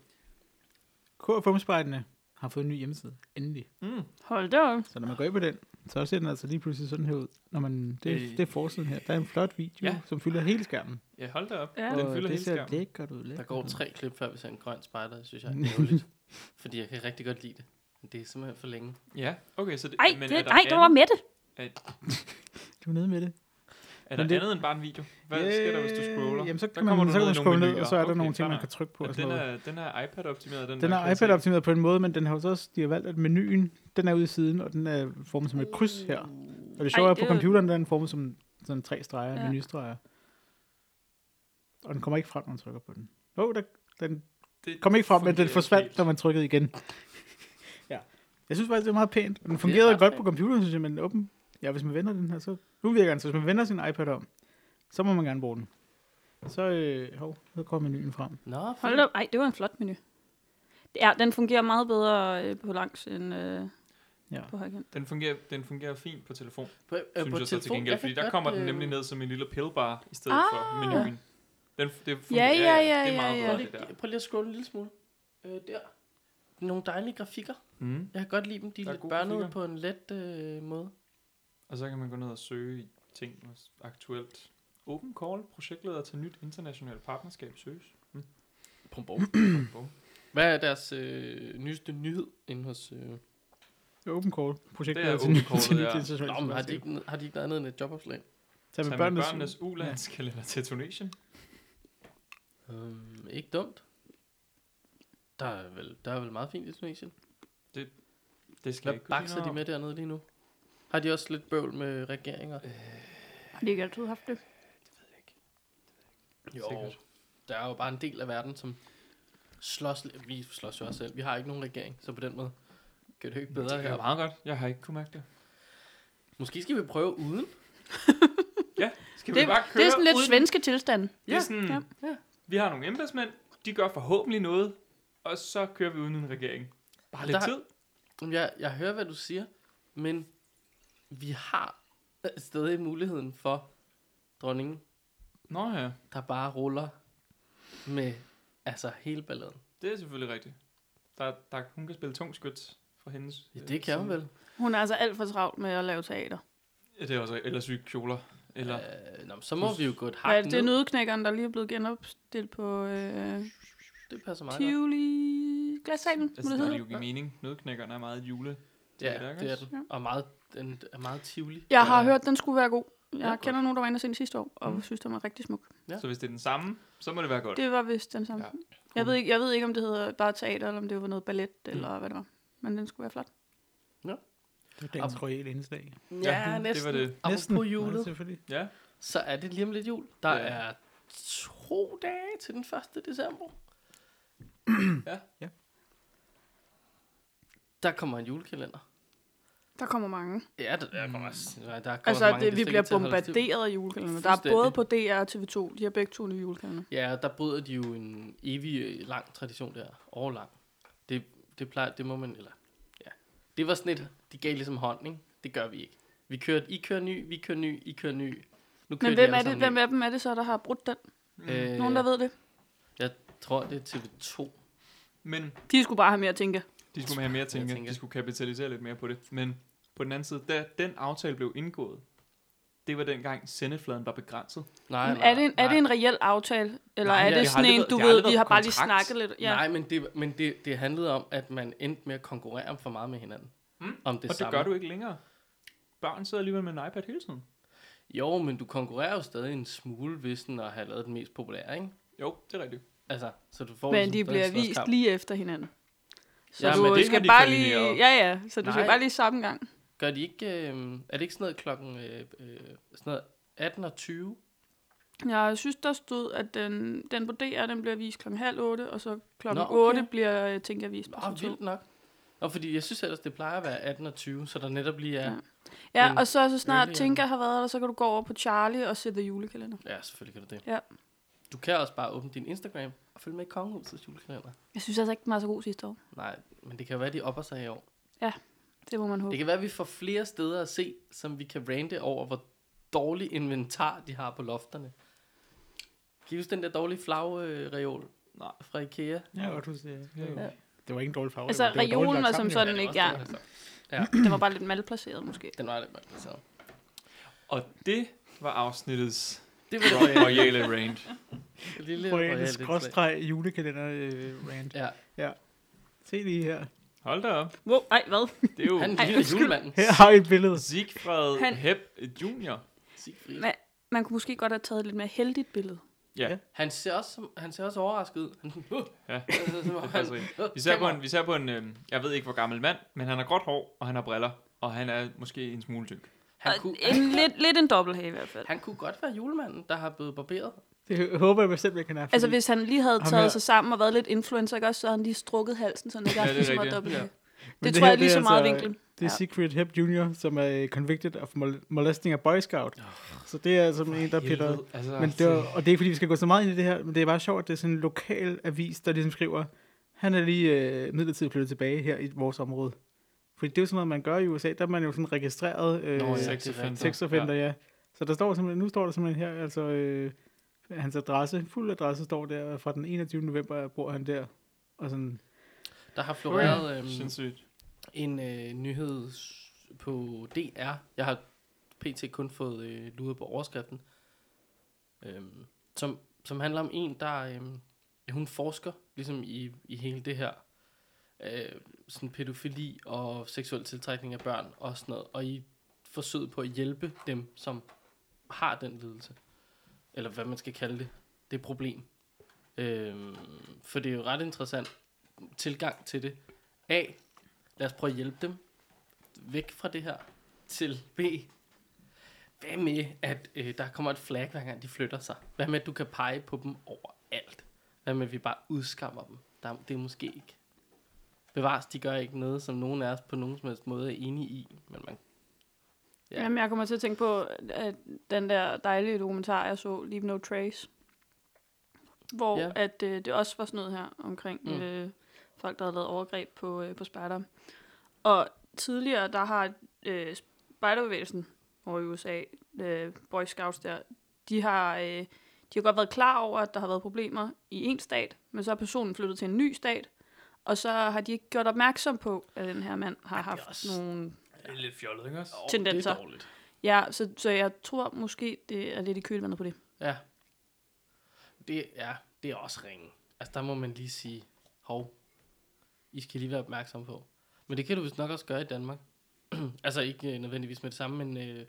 KFM Spejderne har fået en ny hjemmeside. Endelig. Mm. Hold da op. Så når man går ind på den, så ser den altså lige pludselig sådan her ud. Når man, det, Øh. det er forsiden her. Der er en flot video, Ja. ja. som fylder hele skærmen. Ja, hold da op. Ja. Den og fylder hele det ser skærmen. lækkert ud. Der lækkert går ud. tre klip, før vi ser en grøn spejder. Det synes jeg er ærgerligt. fordi jeg kan rigtig godt lide det. Men det er simpelthen for længe. Ja, okay, så det, Ej, men det, er der, ej, det var andet, Mette. Du er nede med det. er der Men det- andet end bare en video? Hvad sker der, hvis du scroller? Jamen, så Der kan man, kommer du så kan ned i nogle man scrolle ned, menuer. og så er der Okay, nogle ting, fair man nok. kan trykke på. Og Og den sådan noget. er, den er iPad-optimeret, den, Den der, er kan jeg se. iPad-optimeret på en måde, men den har jo så også, de har valgt, at menuen, den er ude i siden, og den er formet som et kryds her. Og det sjove Ej, er, at på det er jo- computeren, der er den formet som sådan tre streger, Ja. ja. menustreger. Og den kommer ikke frem, når man trykker på den. Åh, oh, der, den Det kom ikke frem, men den fungerer forsvandt, helt. når man trykkede igen. ja. Jeg synes faktisk, det er meget pænt. Og den fungerede ret godt pænt. på computeren, synes jeg, men åben. Ja, hvis man vender den her, så... Nu virker den, så hvis man vender sin iPad om, så må man gerne bruge den. Så, øh, hov, så kommer menuen frem. Nå, Hold da op. Ej, det var en flot menu. Ja, den fungerer meget bedre øh, på langs end øh, Ja. på højkant. Den fungerer, den fungerer fint på telefon, På, øh, synes jeg så til gengæld, jeg fordi kan der kommer godt, den øh, nemlig ned som en lille pillbar i stedet Ah. for menuen. Den, f- det Ja, fungerer, ja, ja, det er meget ja, ja. Prøv bedre, det der. lige, prøv lige at scrolle en lille smule. Øh, der. Nogle dejlige grafikker. Mm. Jeg kan godt lide dem. De er Der er lidt gode børnede grafikker. på en let øh, måde. Og så kan man gå ned og søge i ting også aktuelt. Open Call, projektleder til nyt internationalt partnerskab søges. Pum, Bum. Hvad er deres øh, nyeste nyhed inde hos... Øh... Det er Open Call. Projektet Det er til Open nyt- Call, til nyt ja. internationalt Nå, men har de, selskab. ikke, har de ikke noget andet end et jobopslag? Tag Tag med med børnenes, børnenes ulandskalender til Tunesien. Øhm, ikke dumt. Der er, vel, der er vel meget fint i Tunesien. Det skal jeg Hvad ikke kunne sige bakser de noget med dernede lige nu? Har de også lidt bøvl med regeringer? Øh, Har de ikke altid haft det? Jo, sikkert. der er jo bare en del af verden, som slås... lidt- Vi slås jo også selv. Vi har ikke nogen regering, så på den måde gør det jo ikke om. bedre Det er her. meget godt. Jeg har ikke kunne mærke det. Måske skal vi prøve uden. Ja, skal Det, vi bare køre det er sådan lidt uden? svenske tilstand. Det er sådan, ja, ja. Vi har nogle embedsmænd, de gør forhåbentlig noget, og så kører vi uden en regering. Bare lidt Der- tid. Jamen, Jeg, jeg hører, hvad du siger, men vi har stadig muligheden for dronningen, Nå ja, der bare ruller med altså hele balladen. det er selvfølgelig rigtigt. Der, der, hun kan spille tung skyt fra hendes... Ja, øh, det kan hun side. vel. Hun er altså alt for travlt med at lave teater. Ja, det er også, eller syge kjoler. Eller, ja. Øh, nå, men så må vi jo gå et Ja, hak det er ned. nødeknækkeren, der lige er blevet genopstillet på øh, Det passer meget godt. Tivoli Glassalen. altså, det vil det hedder. jo give mening. Nødknækkeren er meget jule. Ja, det er også. den. Og meget, den er meget tivoli. Jeg Ja. har hørt, den skulle være god. Ja, Jeg godt. kender nogen, der var inde og se den sidste år, og Mm. synes, den var rigtig smuk. Ja. Så hvis det er den samme, så må det være godt. Det var vist den samme. Ja. Jeg ved, ikke, jeg ved ikke, om det hedder bare teater, eller om det var noget ballet, Mm. eller hvad det var. Men den skulle være flot. Det er dagens royale indslag. Ja, det var det. Næsten. Apropos Nej, julet, selvfølgelig. Ja, så er det lige om lidt jul. Der Ja. er to dage til den 1. december. Ja. Ja. Der kommer en julekalender. Der kommer mange. Ja, der, der kommer, også- der kommer så altså, mange det, vi distrikter til bliver at holde os til. bombarderet af julekalender. Der er både på DR og TV2. De har begge to nye julekalender. Ja, og der bryder de jo en evig øh, lang tradition der, årlang. Det, det plejer, det må man, eller, ja. Det var sådan et, de gav ligesom hånd, ikke? Det gør vi ikke. Vi kører, I kører ny, vi kører ny, I kører ny. Nu kører Men de hvem, alle er sammen det, hvem ny. af dem er det så, der har brudt den? Øh, Nogen, der ved det? Jeg tror, det er TV2. men De skulle bare have mere at tænke. de skulle have mere at tænke. tænker. De skulle kapitalisere lidt mere på det. Men på den anden side, da den aftale blev indgået, det var dengang sendefladen var begrænset. Nej, Men nej, er, det en, nej. er det en reel aftale? Eller Nej, er det det har sådan aldrig en, været- du det har aldrig ved, vi været har bare lige kontrakt. snakket lidt? Ja. Ja. Nej, men, det, men det, det handlede om, at man endte med at konkurrere om for meget med hinanden. Mm. Om det og samme. det gør du ikke længere. Børn sidder alligevel med en iPad hele tiden. Jo, men du konkurrerer jo stadig en smule ved sådan at have lavet den mest populære, ikke? Jo, det er rigtigt. Altså, så du får Men ligesom de stadig bliver en slags vist kamp. lige efter hinanden. Så Ja, ja, men du det har skal de bare lige... koordineret. Ja, ja, så du Nej. Nej. skal bare lige samme gang. Gør de ikke, øh, er det ikke sådan noget klokken øh, øh, sådan noget 18 og 20? Jeg synes, der stod, at den, den på DR, den bliver vist klokken halv otte, og så klokken Nå, okay. okay. 8 bliver, øh, tænker jeg, vist på Åh, oh, TV2. vildt nok. Og fordi jeg synes ellers, det plejer at være 18 og 20, så der netop lige er... Ja, Men og så, så snart early, Tinka har været der, så kan du gå over på Charlie og se The Julekalender. Ja, ja selvfølgelig kan du det. Ja. Du kan også bare åbne din Instagram og følge med i Kongehusets julekalender. Jeg synes altså ikke, den var så god sidste år. Nej, men det kan jo være, de opper sig i år. Det må man håbe. Det kan være, at vi får flere steder at se, som vi kan rante over, hvor dårlig inventar de har på lofterne. Kan I huske den der dårlige flagreol Nej. fra Ikea? Ja, godt huske det. Ja. Ja. Det var ikke en dårlig farve. Altså, det var dårligt reolen lagt var som sammen, jo. sådan det ikke, var ja. også det, altså. Den var bare lidt malplaceret, måske. Den var lidt mærkelig. Så. Og det var afsnittets Det var det royale. royale range. Lille Royale royale indslag. skråstreg julekalender øh, rant. Ja, Se lige her. Hold da op. Wow, ej, hvad? Det er jo han Han... er lille julemanden. Her har I et billede. Siegfried Han... Han- Hepp Junior. Sigfrid. Men man kunne måske godt have taget et lidt mere heldigt billede. Ja. Ja. Han ser også, som- han ser også overrasket ud. Han, uh, Ja. altså, som om han, Det passer ind. uh, Vi ser på en, vi ser på en øh, jeg ved ikke hvor gammel mand, men han har gråt hår, og han har briller, og han er måske en smule tyk. han, Og kunne, en, lidt, lidt en dobbelthage i hvert fald. han kunne godt være julemanden, der har blevet barberet. Det håber jeg bestemt, jeg kan have. Altså, fordi hvis han lige havde Ham her- taget sig sammen og været lidt influencer, ikke også, så havde han lige strukket halsen, så han ikke Ja, havde det er lige så meget rigtigt, ligesom dobbelt. ja. Ja. Det, Men det det tror jeg her, er lige det er så meget altså- vinklen. Det er Ja. Secret Hep Jr., som er øh, convicted of mol- molesting af Boy Scout. Så det er altså en, der piller. Helvede, altså, Men det var, og det er ikke, fordi vi skal gå så meget ind i det her, men det er bare sjovt, at det er sådan en lokal avis, der ligesom skriver, han er lige øh, midlertidigt flyttet tilbage her i vores område. Fordi det er jo sådan noget, man gør i USA, der er man jo sådan registreret øh, Nå, ja. ja. sexoffender, ja. ja. Så der står simpelthen, nu står der simpelthen her, altså øh, hans adresse, fuld adresse står der, og fra den 21. november bor han der. Og sådan, Der har floreret Mm. Ja. øhm, Sindssygt. en øh, nyhed s- på DR. Jeg har pt. kun fået øh, luret på overskriften. Øhm, som, som handler om en, der øhm, hun forsker ligesom i, i hele det her øh, sådan pædofili og seksuel tiltrækning af børn og sådan noget. Og i forsøget på at hjælpe dem, som har den lidelse. Eller hvad man skal kalde det. Det problem. Øhm, for det er jo ret interessant tilgang til det. A. Lad os prøve at hjælpe dem væk fra det her. Til B. Hvad med, at øh, der kommer et flag, hver gang de flytter sig? Hvad med, at du kan pege på dem overalt? Hvad med, at vi bare udskammer dem? Der, det er måske ikke. Bevares, de gør ikke noget, som nogen af os på nogen som helst måde er enige i. Men man, Ja. Ja. Jamen, jeg kommer til at tænke på at den der dejlige dokumentar, jeg så, Leave No Trace, hvor Ja. ja. at, øh, det også var sådan noget her omkring Mm. mm. øh, folk, der havde lavet overgreb på, øh, på spejder. Og tidligere, der har øh, spejderbevægelsen over i USA, øh, Boy Scouts der, de har, øh, de har godt været klar over, at der har været problemer i en stat, men så er personen flyttet til en ny stat, og så har de ikke gjort opmærksom på, at den her mand har Ej, det er haft også- nogle Det er lidt fjollet, ikke også? Åh, Tendenser. Det er dårligt. Ja, så, så jeg tror måske, det er lidt i kølvandet på det. Ja. Det, ja, det er også ringe. Altså, der må man lige sige, hov, I skal lige være opmærksom på. Men det kan du vist nok også gøre i Danmark. altså, ikke øh, nødvendigvis med det samme, men øh,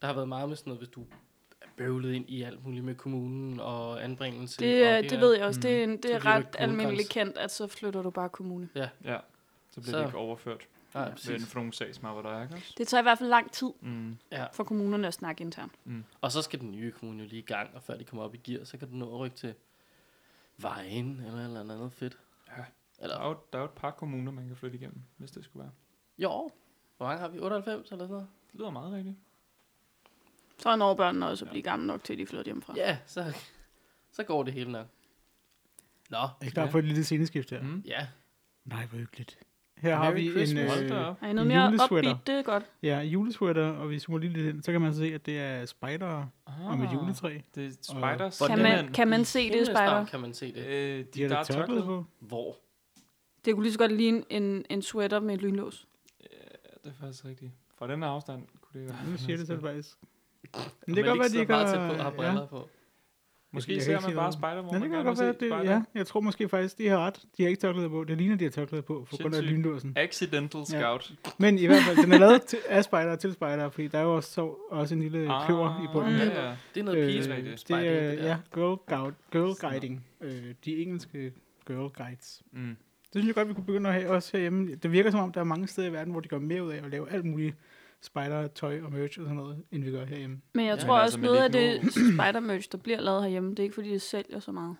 der har været meget med sådan noget, hvis du er bøvlet ind i alt muligt med kommunen og anbringelse. Det, og øh, det ved jeg også. Det er, en, det Så bliver er det ret kommunegrænse. almindeligt kendt, at så flytter du bare kommune. Ja. Så bliver Så- det ikke overført Nej, ja, ved en præcis. for nogle sagsmapper, der er, ikke også? Det tager i hvert fald lang tid Mm. Ja. for kommunerne at snakke internt. Og så skal den nye kommune jo lige i gang, og før de kommer op i gear, så kan den nå at rykke til vejen eller et eller andet andet fedt. Ja. Der, Eller er jo, der er jo et par kommuner, man kan flytte igennem, hvis det skulle være. Jo, hvor mange har vi? 98 eller sådan noget? Det lyder meget rigtigt. Så når børnene også at blive gamle nok til, at de flytter hjemmefra. Ja, så, så går det hele nok. Nå, er I klar på et lille sceneskift her? Ja. Mm. ja. Nej, hvor hyggeligt. Her har Merry vi Christmas. Hold en... da Øh, op. Er I noget mere Julesweater. upbeat? Det er godt. Ja, julesweater, og hvis vi zoomer lige lidt ind, så kan man se, at det er spejdere Ah, ah. om et juletræ. Det er spiders. Hvordan- Kan man, kan man se det, Himlens spejder? navn kan man se det. Øh, de, De har der er lidt tørklæde tørklæde på. Hvor? Det kunne lige så godt ligne en, en sweater med et lynlås. Ja, det er faktisk rigtigt. Fra den her afstand kunne det være. Nu siger det selv faktisk. Men Man det kan ikke godt være, de sidder ikke meget tæt på har... og har briller ja, på. Måske Jeg kan ser ikke man se bare noget. spejder, hvor Ja, man det kan gerne godt vil være, se det, spejder. ja. Jeg tror måske faktisk, de har ret. De har ikke tørklæder på. Det ligner, de har tørklæder på, på grund af Sindssygt. lynlåsen. Accidental scout. Men i hvert fald, den er lavet til, af spejdere til spejdere, fordi der er jo også, så, også en lille ah, kløver i bunden. ja. Ja, ja. Det er noget øh, det er pige det spejling, er, det der. ja, girl, guide, girl guiding. Øh, de engelske girl guides. Mm. Det synes jeg godt, vi kunne begynde at have også herhjemme. Det virker som om, der er mange steder i verden, hvor de gør mere ud af at lave alt muligt spider, tøj og merch og sådan noget, end vi gør herhjemme. Men jeg Ja, ja, tror men også, altså, noget af men det ikke spider-merch, der bliver lavet herhjemme, det er ikke, fordi det sælger så meget.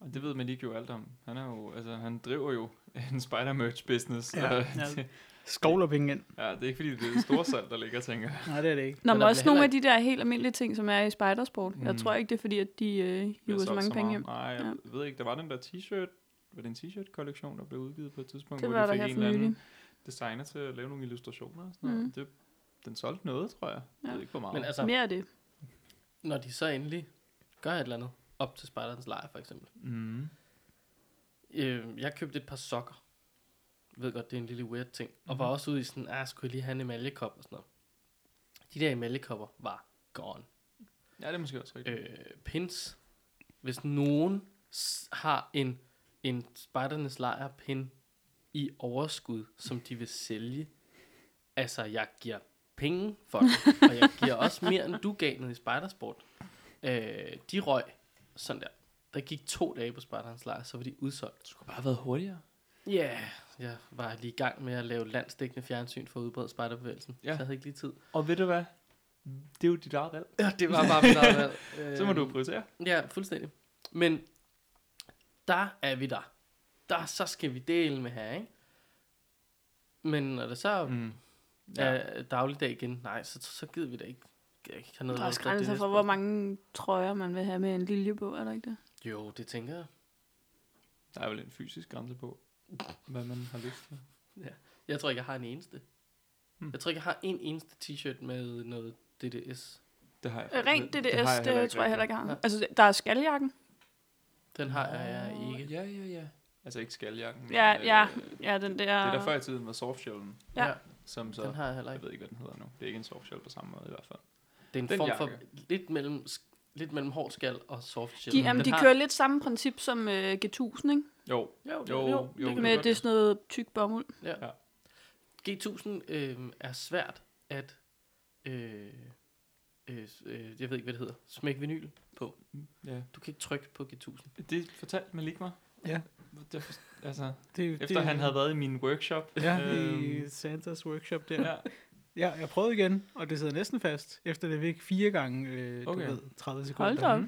Og det ved Malik jo alt om. Han, er jo, altså, han driver jo en spider-merch-business. Ja. Ja. Ja. det, Skovler penge ind. ja, det er ikke fordi, det er store salg, der ligger, tænker jeg. Nej, det er det ikke. Nå, Men men der også bliver nogle af heller de der helt almindelige ting, som er i spidersport. Mm. Jeg Mm. tror ikke, det er fordi, at de øh, hiver så solgt mange penge hjem. meget. Nej, jeg ved ikke. Der var den der t-shirt, var det en t-shirt-kollektion, der blev udgivet på et tidspunkt, Det hvor var de der fik her en for eller anden nylig. designer til at lave nogle illustrationer og sådan noget. Mm. Det, den solgte noget, tror jeg. Jeg Ja. ved ikke, hvor meget. Men altså, Mere af det. når de så endelig gør et eller andet, op til spejderens lejr for eksempel. mm. Øh, jeg købte et par sokker. Jeg ved godt, det er en lille weird ting. Og var også ude i sådan, ah, skulle jeg lige have en emaljekop og sådan noget. De der emaljekopper var gone. Ja, det er måske også rigtigt. Øh, pins. Hvis nogen s- har en, en spejdernes lejr pin i overskud, som de vil sælge, altså jeg giver penge for det, og jeg giver også mere, end du gav ned i spejdersport. Øh, de røg sådan der. Der gik to dage på spejdernes lejr, så var de udsolgt. Det skulle bare have været hurtigere. Ja, yeah, jeg var lige i gang med at lave landsdækkende fjernsyn for at udbrede spejderbevægelsen. Ja. Ja. Så jeg havde ikke lige tid. Og ved du hvad? Det er jo dit eget valg. Ja, det var bare mit eget valg. Øh, Så må du prioritere. Ja, fuldstændig. Men der er vi der. Der så skal vi dele med her, ikke? Men når det så Mm. ja. er dagligdag igen, nej, så, så gider vi da ikke. Jeg ikke have noget Der er også at- det grænser her for, hvor spørgsmål. mange trøjer, man vil have med en lille på, er der ikke det? Jo, det tænker jeg. Der er vel en fysisk grænse på, hvad man har lyst til. Jeg tror ikke, jeg har en eneste. Hmm. Jeg tror ikke, jeg har en eneste t-shirt med noget DDS. Det har jeg Øh, faktisk Rent ikke. DDS, har det, heller det ikke tror jeg heller rigtig. ikke, jeg har. Ja. Altså, der er skaljakken. Den har jeg ikke. Ja, ja, ja. Altså ikke skaljakken. men, Ja, øh, ja, Det ja, den der... er der før i tiden var softshellen, Ja. som så... Den har jeg heller Jeg ikke. ved ikke, hvad den hedder nu. Det er ikke en softshell på samme måde i hvert fald. Det er en Den form jakke. for lidt mellem, lidt mellem hård skal og soft shell. De, jamen, Den de har- kører lidt samme princip som øh, G1000, ikke? Jo, Jo, jo, jo, jo. jo. det kan Med godt. det er sådan noget tyk bomuld. Ja. Ja. G1000 øh, er svært at... Øh, øh, øh, jeg ved ikke, hvad det hedder. Smæk vinyl på. ja. Du kan ikke trykke på G1000. Det fortalte Malik mig. Ja. Det, for- altså, Det, efter han havde været i min workshop. Ja, øhm, i Santas workshop der. ja. Ja, jeg prøvede igen, og det sidder næsten fast, efter det væk fire gange, øh, okay. Okay. du ved, 30 sekunder. Hold da op.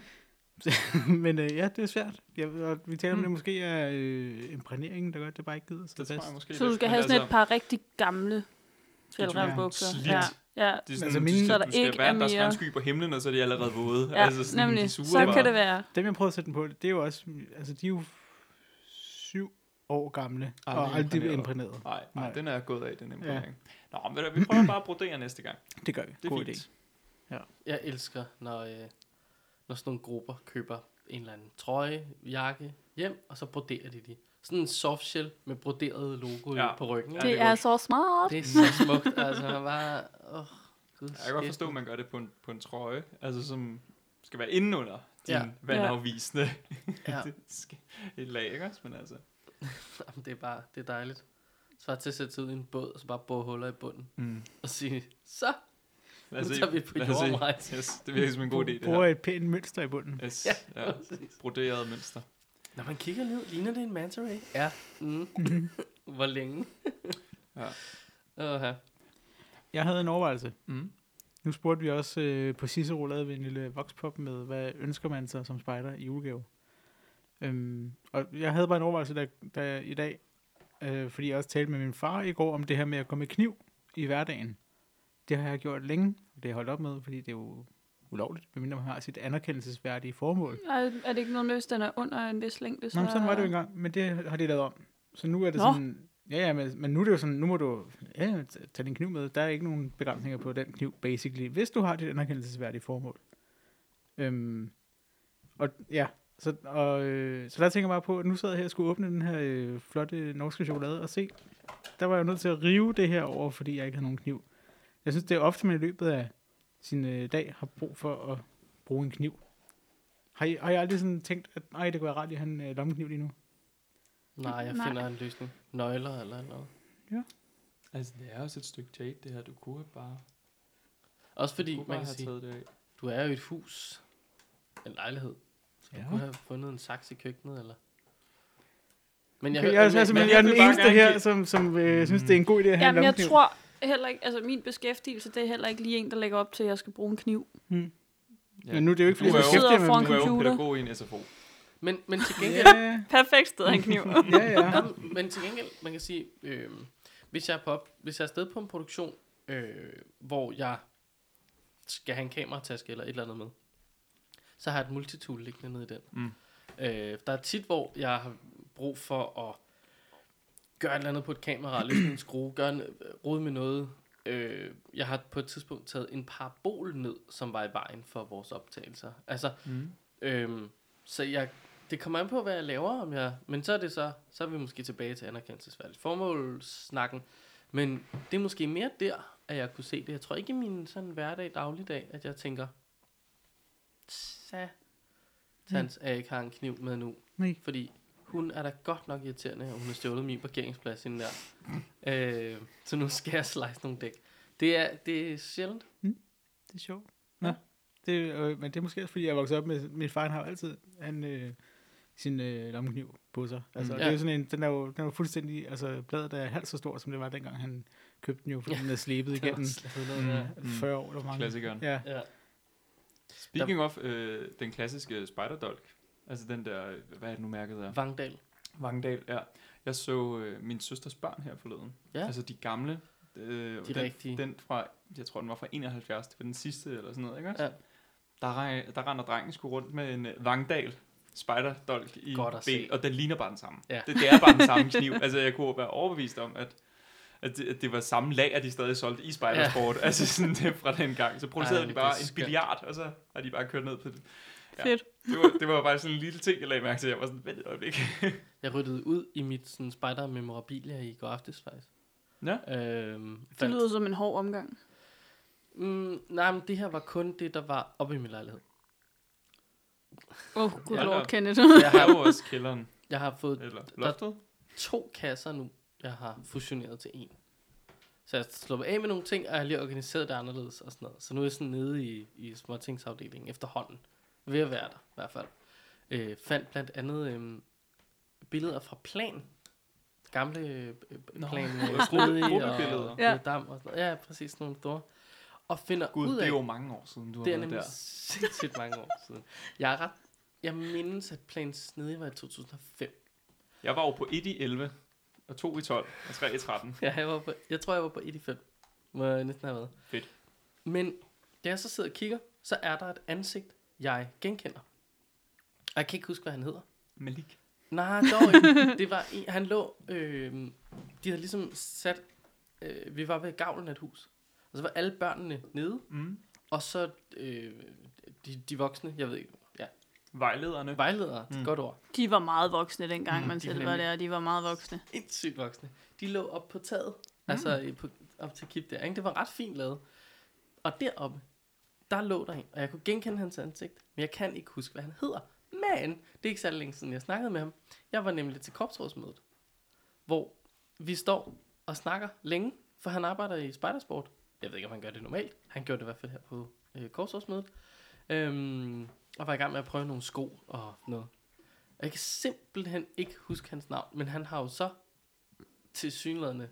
Mhm. Men øh, ja, det er svært. Jeg, og vi taler om, Mm. det måske er øh, imprægneringen, der gør, at det bare ikke gider Det sig tror fast. jeg måske Så du lidt, skal men have sådan altså, et par rigtig gamle Fjällräven-bukser. fjældrevbukser. Slidt. Ja, ja. Det er sådan, Altså, altså, de mine- skal, Så der der du skal ikke være, er der er mere- regnsky på himlen, og så er de allerede våde. Ja, altså, sådan, nemlig. De suger Så bare. kan det være. Dem, jeg prøvede at sætte den på, det er jo også, altså de er jo syv år gamle, Aldrig og aldrig blevet imprægneret. imprægneret. Nej, nej, Nej. den er jeg gået af, den imprægnering. Ja. Nå, men ved du hvad, vi prøver bare at brodere næste gang. Det gør vi. Det er God fint. idé. Jeg elsker, når, øh, når sådan nogle grupper køber en eller anden trøje, jakke hjem, og så broderer de de. Sådan en softshell med broderet logo ja. Ja. på ryggen. Ja, ikke? Det det er er godt. så smart. Det er så smukt. Altså, man bare... Åh, Gud, Jeg kan godt forstå, at man gør det på en, på en trøje, altså som skal være indenunder din Ja. ja. vandafvisende Ja. ja. et lag, ikke også? Men altså, Jamen, det er bare... Det er dejligt. Svar til at sætte sig ud i en båd, og så bare bore huller i bunden, mm. og sige, så lad os Nu se. tager vi på Lad os se. jordomrejse. Yes, det virker som en god idé, det Bruger her. et pænt mønster i bunden. Yes, Ja, ja. Broderet mønster. Når man kigger ned, ligner det en manta ray? Ja. Mm. Hvor længe? Ja. Åh, Jeg havde en overvejelse. Mm. Nu spurgte vi også, øh, på Cicero lavede vi en lille voxpop med, hvad ønsker man sig som spejder i julegave? Øhm, og jeg havde bare en overvejelse der, der i dag, øh, fordi jeg også talte med min far i går om det her med at komme med kniv i hverdagen. Det har jeg gjort længe, og det har jeg holdt op med, fordi det er jo ulovligt, medmindre man har sit anerkendelsesværdige formål. Ej, Er det ikke noget, hvis den er under en vis længde? Nå, men sådan var det jo engang, men det har de lavet om. Så nu er det Nå. sådan... Ja, ja, men, men nu er det jo sådan, nu må du ja, ja, t- tage din kniv med. Der er ikke nogen begrænsninger på den kniv, basically, hvis du har dit anerkendelsesværdige formål. Øhm, og ja, så, og, øh, så der tænker jeg bare på, at nu sad jeg her og skulle åbne den her øh, flotte norske chokolade og se, der var jeg jo nødt til at rive det her over, fordi jeg ikke havde nogen kniv. Jeg synes, det er ofte, man i løbet af sin øh, dag har brug for at bruge en kniv. Har I, har I aldrig sådan tænkt, at nej, det kunne være rart, at han øh, lommekniv lige nu? Nej, jeg Nej. finder en løsning. Nøgler eller noget. Altså, det er også et stykke tape, det her. Du kunne have bare, Også du fordi, kunne man bare kan have sige, taget det af. du er jo i et hus. En lejlighed. Så ja. Ja. du kunne have fundet en saks i køkkenet, eller... Men Jeg, hører- jeg, jeg, men- jeg, jeg, men- jeg er jeg vil den bare eneste gerne her, give- som, som øh, synes, det er en god idé at have en Jamen, jeg lommekniv. tror heller ikke, altså min beskæftigelse, det er heller ikke lige en, der lægger op til, at jeg skal bruge en kniv. Hmm. Ja. Men nu er det jo ikke, Du fordi er jeg jo- skæfter sidder mig Du foran med er jo computer. pædagog i en SFO. Men, men til gengæld, Ja, Perfekt sted af en kniv. ja, ja. Nå, men- men til gengæld, man kan sige, øh, hvis, jeg er på, op- hvis jeg er afsted på en produktion, øh, hvor jeg skal have en kamerataske eller et eller andet med, så har jeg et multitool liggende nede i den. Mm. Øh, der er tit, hvor jeg har brug for at gøre et eller andet på et kamera, løfte en skrue, gøre en, rode med noget. Øh, jeg har på et tidspunkt taget en parabol ned, som var i vejen for vores optagelser. Altså, Mm. Øhm, så jeg, det kommer an på, hvad jeg laver, om jeg, men så er det så, så er vi måske tilbage til anerkendelsesværdigt formålssnakken. Men det er måske mere der, at jeg kunne se det. Jeg tror ikke i min sådan hverdag, dagligdag, at jeg tænker, satans, at jeg ikke har en kniv med nu. Nej. Fordi hun er da godt nok irriterende, og hun har stjålet min parkeringsplads inden der. Øh, så nu skal jeg slice nogle dæk. Det er, det er sjældent. Det er sjovt. Nå. Det, øh, men det er måske også, fordi jeg voksede op med, min far han har jo altid han, øh, sin øh, lommekniv på sig. Altså, Mm. mm, det er Ja. jo sådan en, den er jo, den er jo fuldstændig, altså bladet er halvt så stort, som det var dengang, han købte den jo, fordi Ja. den er slebet Det er igennem altså, også lavet noget der. Mm. 40 år eller hvor mange. Klassikeren. Ja. Ja. Speaking of øh, den klassiske spiderdolk, altså den der, hvad er det nu mærket der? Vangdal. Vangdal, ja. Jeg så øh, min søsters børn her forleden. Ja. Altså de gamle. Øh, De den, rigtige. Den fra, jeg tror den var fra 71, det var den sidste eller sådan noget, ikke også? Ja. Der, reg- der render drengen sgu rundt med en øh, Vangdal spejderdolk i Godt at se. ben, og den ligner bare den samme. Ja. Det, det er bare den samme kniv. Altså jeg kunne være overbevist om, at at det, at det var samme lager, de stadig solgte i Spidersport. Ja. Altså sådan det fra den gang. Så producerede Ej, Ej, de det er bare en skønt. billiard, og så har de bare kørt ned på det. Ja. Fedt. Det var, det var bare sådan en lille ting, jeg lagde mærke til. Jeg var sådan, vent et øjeblik. Jeg ryddede ud i mit sådan, spider memorabilia i går aftes, faktisk. Ja. Øhm, Det fandt- lyder som en hård omgang. Mm, nej, men det her var kun det, der var oppe i min lejlighed. Åh, oh, gud Ja. lord, Kenneth. Jeg Jeg har jo har, også kælderen. jeg har fået Eller loftet. to kasser nu, jeg har fusioneret til en. Så jeg har sluppet af med nogle ting, og jeg har lige organiseret det anderledes og sådan noget. Så nu er jeg sådan nede i, i småtingsafdelingen efterhånden. Ved at være der, i hvert fald. Øh, fandt blandt andet øh, billeder fra Plan. Gamle øh, Nå, Plan. gruppe- gruppebilleder. og, Ja. ja. Dam og sådan noget. Ja, præcis. Sådan nogle store. Og finder Gud, ud af... det er jo mange år siden, du har Det er været nemlig der. sindssygt mange år siden. Jeg er ret... Jeg mindes, at Plan Snedig var i 2005. Jeg var jo på 1 i 11, og 2 i 12, og 3 i 13. Ja, jeg, var på, jeg tror, jeg var på 1 i 5. Må jeg næsten have været. Fedt. Men da jeg så sidder og kigger, så er der et ansigt, jeg genkender. Og jeg kan ikke huske, hvad han hedder. Malik. Nej, dog ikke. Det var en, han lå... Øh, de havde ligesom sat... Øh, vi var ved gavlen af et hus. Og så var alle børnene nede, Mm. og så øh, de, de voksne, jeg ved ikke, Vejlederne. vejledere, mm. Mm. godt ord, De var meget voksne dengang, Mm, man de selv var var nemlig- der. De var meget voksne. sindssygt voksne. De lå op på taget, mm. altså i- på, op til kip der. Ikke? Det var ret fint lavet. Og deroppe, der lå der en, og jeg kunne genkende hans ansigt, men jeg kan ikke huske, hvad han hedder. Men det er ikke særlig længe siden, jeg snakkede med ham. Jeg var nemlig til korpsrådsmødet, hvor vi står og snakker længe, for han arbejder i spejdersport. Jeg ved ikke, om han gør det normalt. Han gjorde det i hvert fald her på øh, korpsrådsmødet. Øhm, og var i gang med at prøve nogle sko og noget. Og jeg kan simpelthen ikke huske hans navn, men han har jo så til synlædende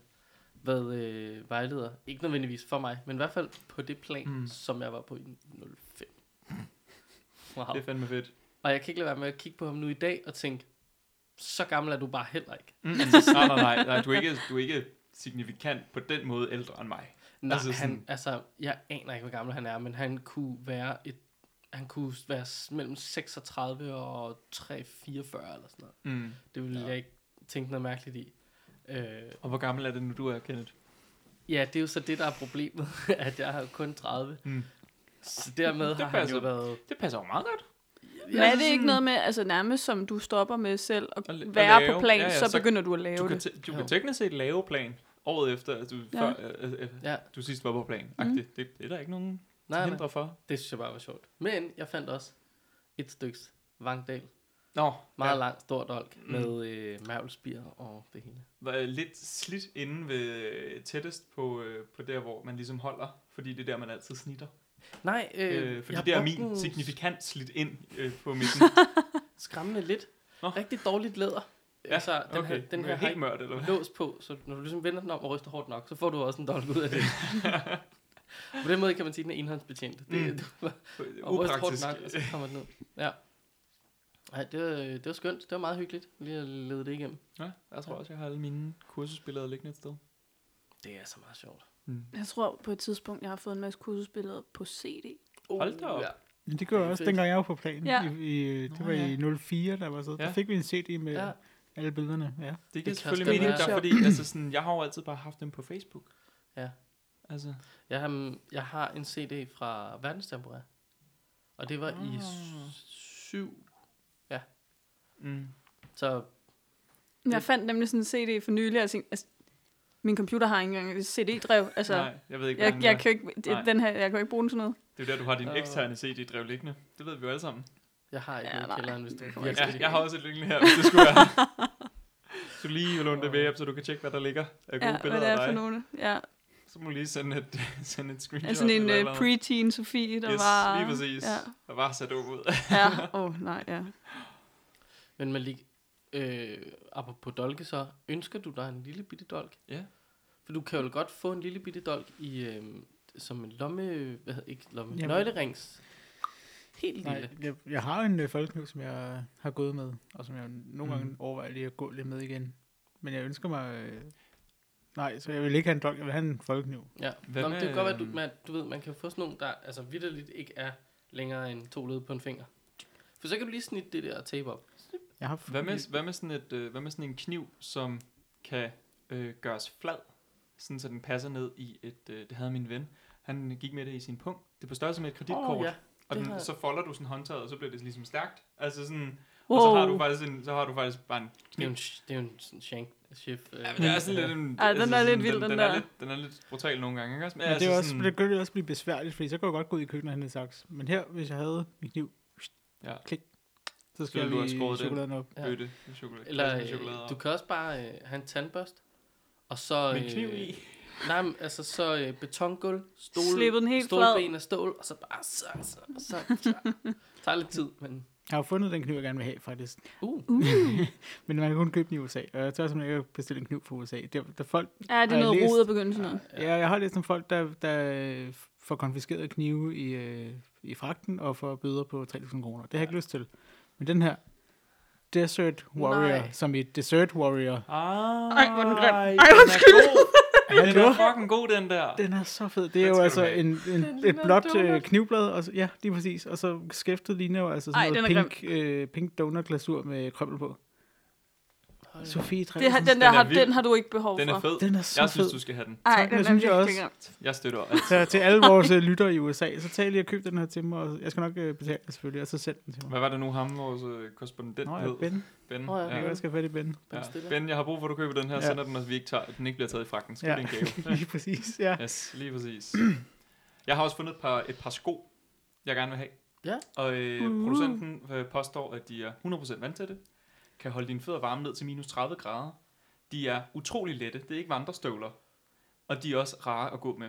været øh, vejleder. Ikke nødvendigvis for mig, men i hvert fald på det plan, mm. Mm. som jeg var på i 05. Wow. Det er fandme fedt. Og jeg kan ikke lade være med at kigge på ham nu i dag og tænke, så gammel er du bare heller ikke. Mm. Altså, nej, nej, nej, nej. Du er, ikke, du er ikke signifikant på den måde ældre end mig. Nej, altså, Altså han, sådan- altså, jeg aner ikke, hvor gammel han er, men han kunne være et han kunne være s- mellem 36 og 3, 44 eller sådan noget. Mm. Det ville Ja. ja. jeg ikke tænke noget mærkeligt i. Øh, Og hvor gammel er det nu, du er, Kenneth? ja, det er jo så det, der er problemet, at jeg har jo kun 30. Mm. Så dermed Det har han jo passer. været... Det passer jo meget godt. Men er det ikke noget med, altså nærmest som du stopper med selv at At la- at være lave. på plan, Ja, ja, ja, ja, så så begynder du at lave Du kan, det? te- du Jo. kan teknisk set lave plan året efter, at du, Ja. ja. før, øh, øh, øh, Ja, Mhm. du sidst var på plan. Mm. Det, det, er der ikke nogen nej, nej, hindre for. det synes jeg bare var sjovt. Men jeg fandt også et styks Vangdal. Nå, Meget ja. Mm. langt, stort dolk med øh, mærvelspir og det hele. var øh, lidt slidt inde ved øh, tættest på, øh, på der, hvor man ligesom holder, fordi det er der, man altid snitter. Nej, øh, Øh, fordi jeg det er brugte den min signifikant slidt ind øh, på midten. skræmmende lidt. Nå. Rigtig dårligt læder. Ja, altså, den okay. her, den er her har helt ikke mørkt, eller hvad? lås på, så når du ligesom vender den om og ryster hårdt nok, så får du også en dolk ud af det. på den måde kan man sige, at den er enhåndsbetjent. Det, Mm. mm. Og ryste hårdt Upraktisk. nok, og så kommer den ud. Ja. Ej, det, var, øh, det var skønt. Det var meget hyggeligt lige at lede det igennem. Ja, jeg tror også, jeg har alle mine kursusbilleder liggende et sted. Det er så meget sjovt. Mm. Jeg tror på et tidspunkt, jeg har fået en masse kursusbilleder på CD. Uh, Hold da op. Ja. Men det gjorde Det jeg er også, fedt. dengang jeg var på planen. Ja. Ja. I, i, det Nå, var ja. i 04, der var så. Ja. Ja. Der fik vi en CD med Ja. ja. alle billederne. Ja. Det giver kan selvfølgelig også godt mening, være. der, fordi altså sådan, jeg har jo altid bare haft dem på Facebook. Ja. Altså, Jeg, har, jeg har en CD fra Verdenstemporær. Og det var ah. i Ah. syv. mm, Så Jeg fandt nemlig sådan en CD for nylig, og jeg tænkte, altså, min computer har ikke engang et CD-drev. Altså, nej, jeg ved ikke, jeg, hvordan jeg, det, kan jo ikke, Nej. det, den her, jeg kan jo ikke bruge den til noget. er. det er jo der, du har din Åh. eksterne CD-drev liggende. Det ved vi jo alle sammen. jeg har ikke Ja, ja, nej. noget i kælderen, hvis det kommer kommer. ikke Ja, jeg har også et liggende her, hvis det skulle være. Så du lige vil låne det med op, så du kan tjekke, hvad der ligger af gode Ja, hvad billeder det er af for dig. nogle. Ja, Så må du lige sende et, sende et screenshot. altså sådan en eller et uh, eller andet. preteen Sofie, der yes, var... lige præcis. Ja, Der var sat dum ud. ja. åh oh, nej, ja. Men Malik, øh, apropos dolke så, ønsker du dig en lille bitte dolk? Ja. For du kan jo godt få en lille bitte dolk i, øh, som en lomme, hvad hedder ikke lomme, Jamen. nøglerings. Helt Nej, lille. jeg, jeg har en øh, folkekniv, som jeg har gået med, og som jeg nogle Mm. gange overvejer lige at gå lidt med igen. Men jeg ønsker mig... Øh, nej, så jeg vil ikke have en dolk, jeg vil have en folkekniv. Ja. Hvad Nå, men det kan med, godt være, du, øhm, man, du ved, man kan få sådan nogle, der altså vidderligt ikke er længere end to led på en finger. For så kan du lige snitte det der tape op. Jeg har Hvad med, hvad med, sådan, et, øh, hvad med sådan en kniv, som kan øh, gøres flad, sådan så den passer ned i et... Øh, det havde min ven. Han gik med det i sin punkt. Det er på størrelse med et kreditkort. Åh, ja. og det den, har- så folder du sådan håndtaget, og så bliver det ligesom stærkt. Altså sådan... Wow. Og så har, du faktisk en, så har du faktisk bare en Det er jo kniv. en, sh- det er jo en sådan shank, chef. Øh, Ja, men det er sådan lidt... En, Ej, den er sådan, lidt vild, den den Er der. lidt, den er lidt brutal nogle gange, ikke også? altså Men det, er jo også, sådan- det begyndte jo også at blive besværligt, fordi så kunne jeg godt gå ud i køkkenet og hente en saks. Men her, hvis jeg havde min kniv, Ja. klik, så skal ville jeg du have lige skåret den. chokoladen op. Ja. Bøtte med chokolade. Eller kasse med chokolade øh, op. du kan også bare øh, have en tandbørst, og så... øh, Med en kniv i. Nej, men altså så øh, betongulv, stol, Slippet den helt stolben af stål, og så bare så, så, så. så. tager lidt tid, men... Jeg har jo fundet den kniv, jeg gerne vil have, faktisk. Uh, Men man kan kun købe den i USA, og jeg tør simpelthen ikke at bestille en kniv fra USA. Der, der folk, Ja, det Har er jeg noget læst- rodet at begynde sådan noget. ja. jeg har læst om folk, der, der øh, får konfiskeret knive i, øh, i fragten og får bøder på 3.000 kroner. Det har jeg ikke lyst til. Men den her Desert Warrior, Nej. Nej. som i Desert Warrior, Ah, Ej, hvor er den grim. Ej, den er undskyld. god. Han Den er gjorde- fucking god, den der. Den er så fed. Det er Den jo skal altså du have. en, en, Den et ligner en blot øh, donut. knivblad. Og så, ja, lige præcis. Og så skæftet ligner jo altså Ej, sådan den er noget pink, øh, pink donut-glasur med krømmel på. hold da. Sofie Det, har- Trevesen. den der Den er har, vild. den har du ikke behov Den er for. fed. Den er så Jeg fed. synes, du skal have den. Ej, Tak, den det er synes jeg virkelig også. grim. Jeg støtter alt. Så til alle vores øh, lyttere i USA, så tag lige og køb den her til mig. Og jeg skal nok øh, betale selvfølgelig, og så send den til mig. Hvad var det nu, ham, vores øh, korrespondent Nå Nå, ja, hed? Ben. Ben. Nå ja, Jeg kan Ja. godt skal have fat i Ben. Ben Ja. Stiller. ben, jeg har brug for, at du køber den her, ja. Ja. sender den, og så vi ikke tager, at den ikke bliver taget i fragten. Skal ja. Ja. det er en gave? Lige præcis, ja. Yes, lige præcis. Jeg har også fundet et par, et par sko, jeg gerne vil have. Ja. Og øh, Uh. producenten øh, påstår, at de er 100% vandtætte, kan holde dine fødder varme ned til minus 30 grader. De er utrolig lette, det er ikke vandrestøvler. Og de er også rare at gå med.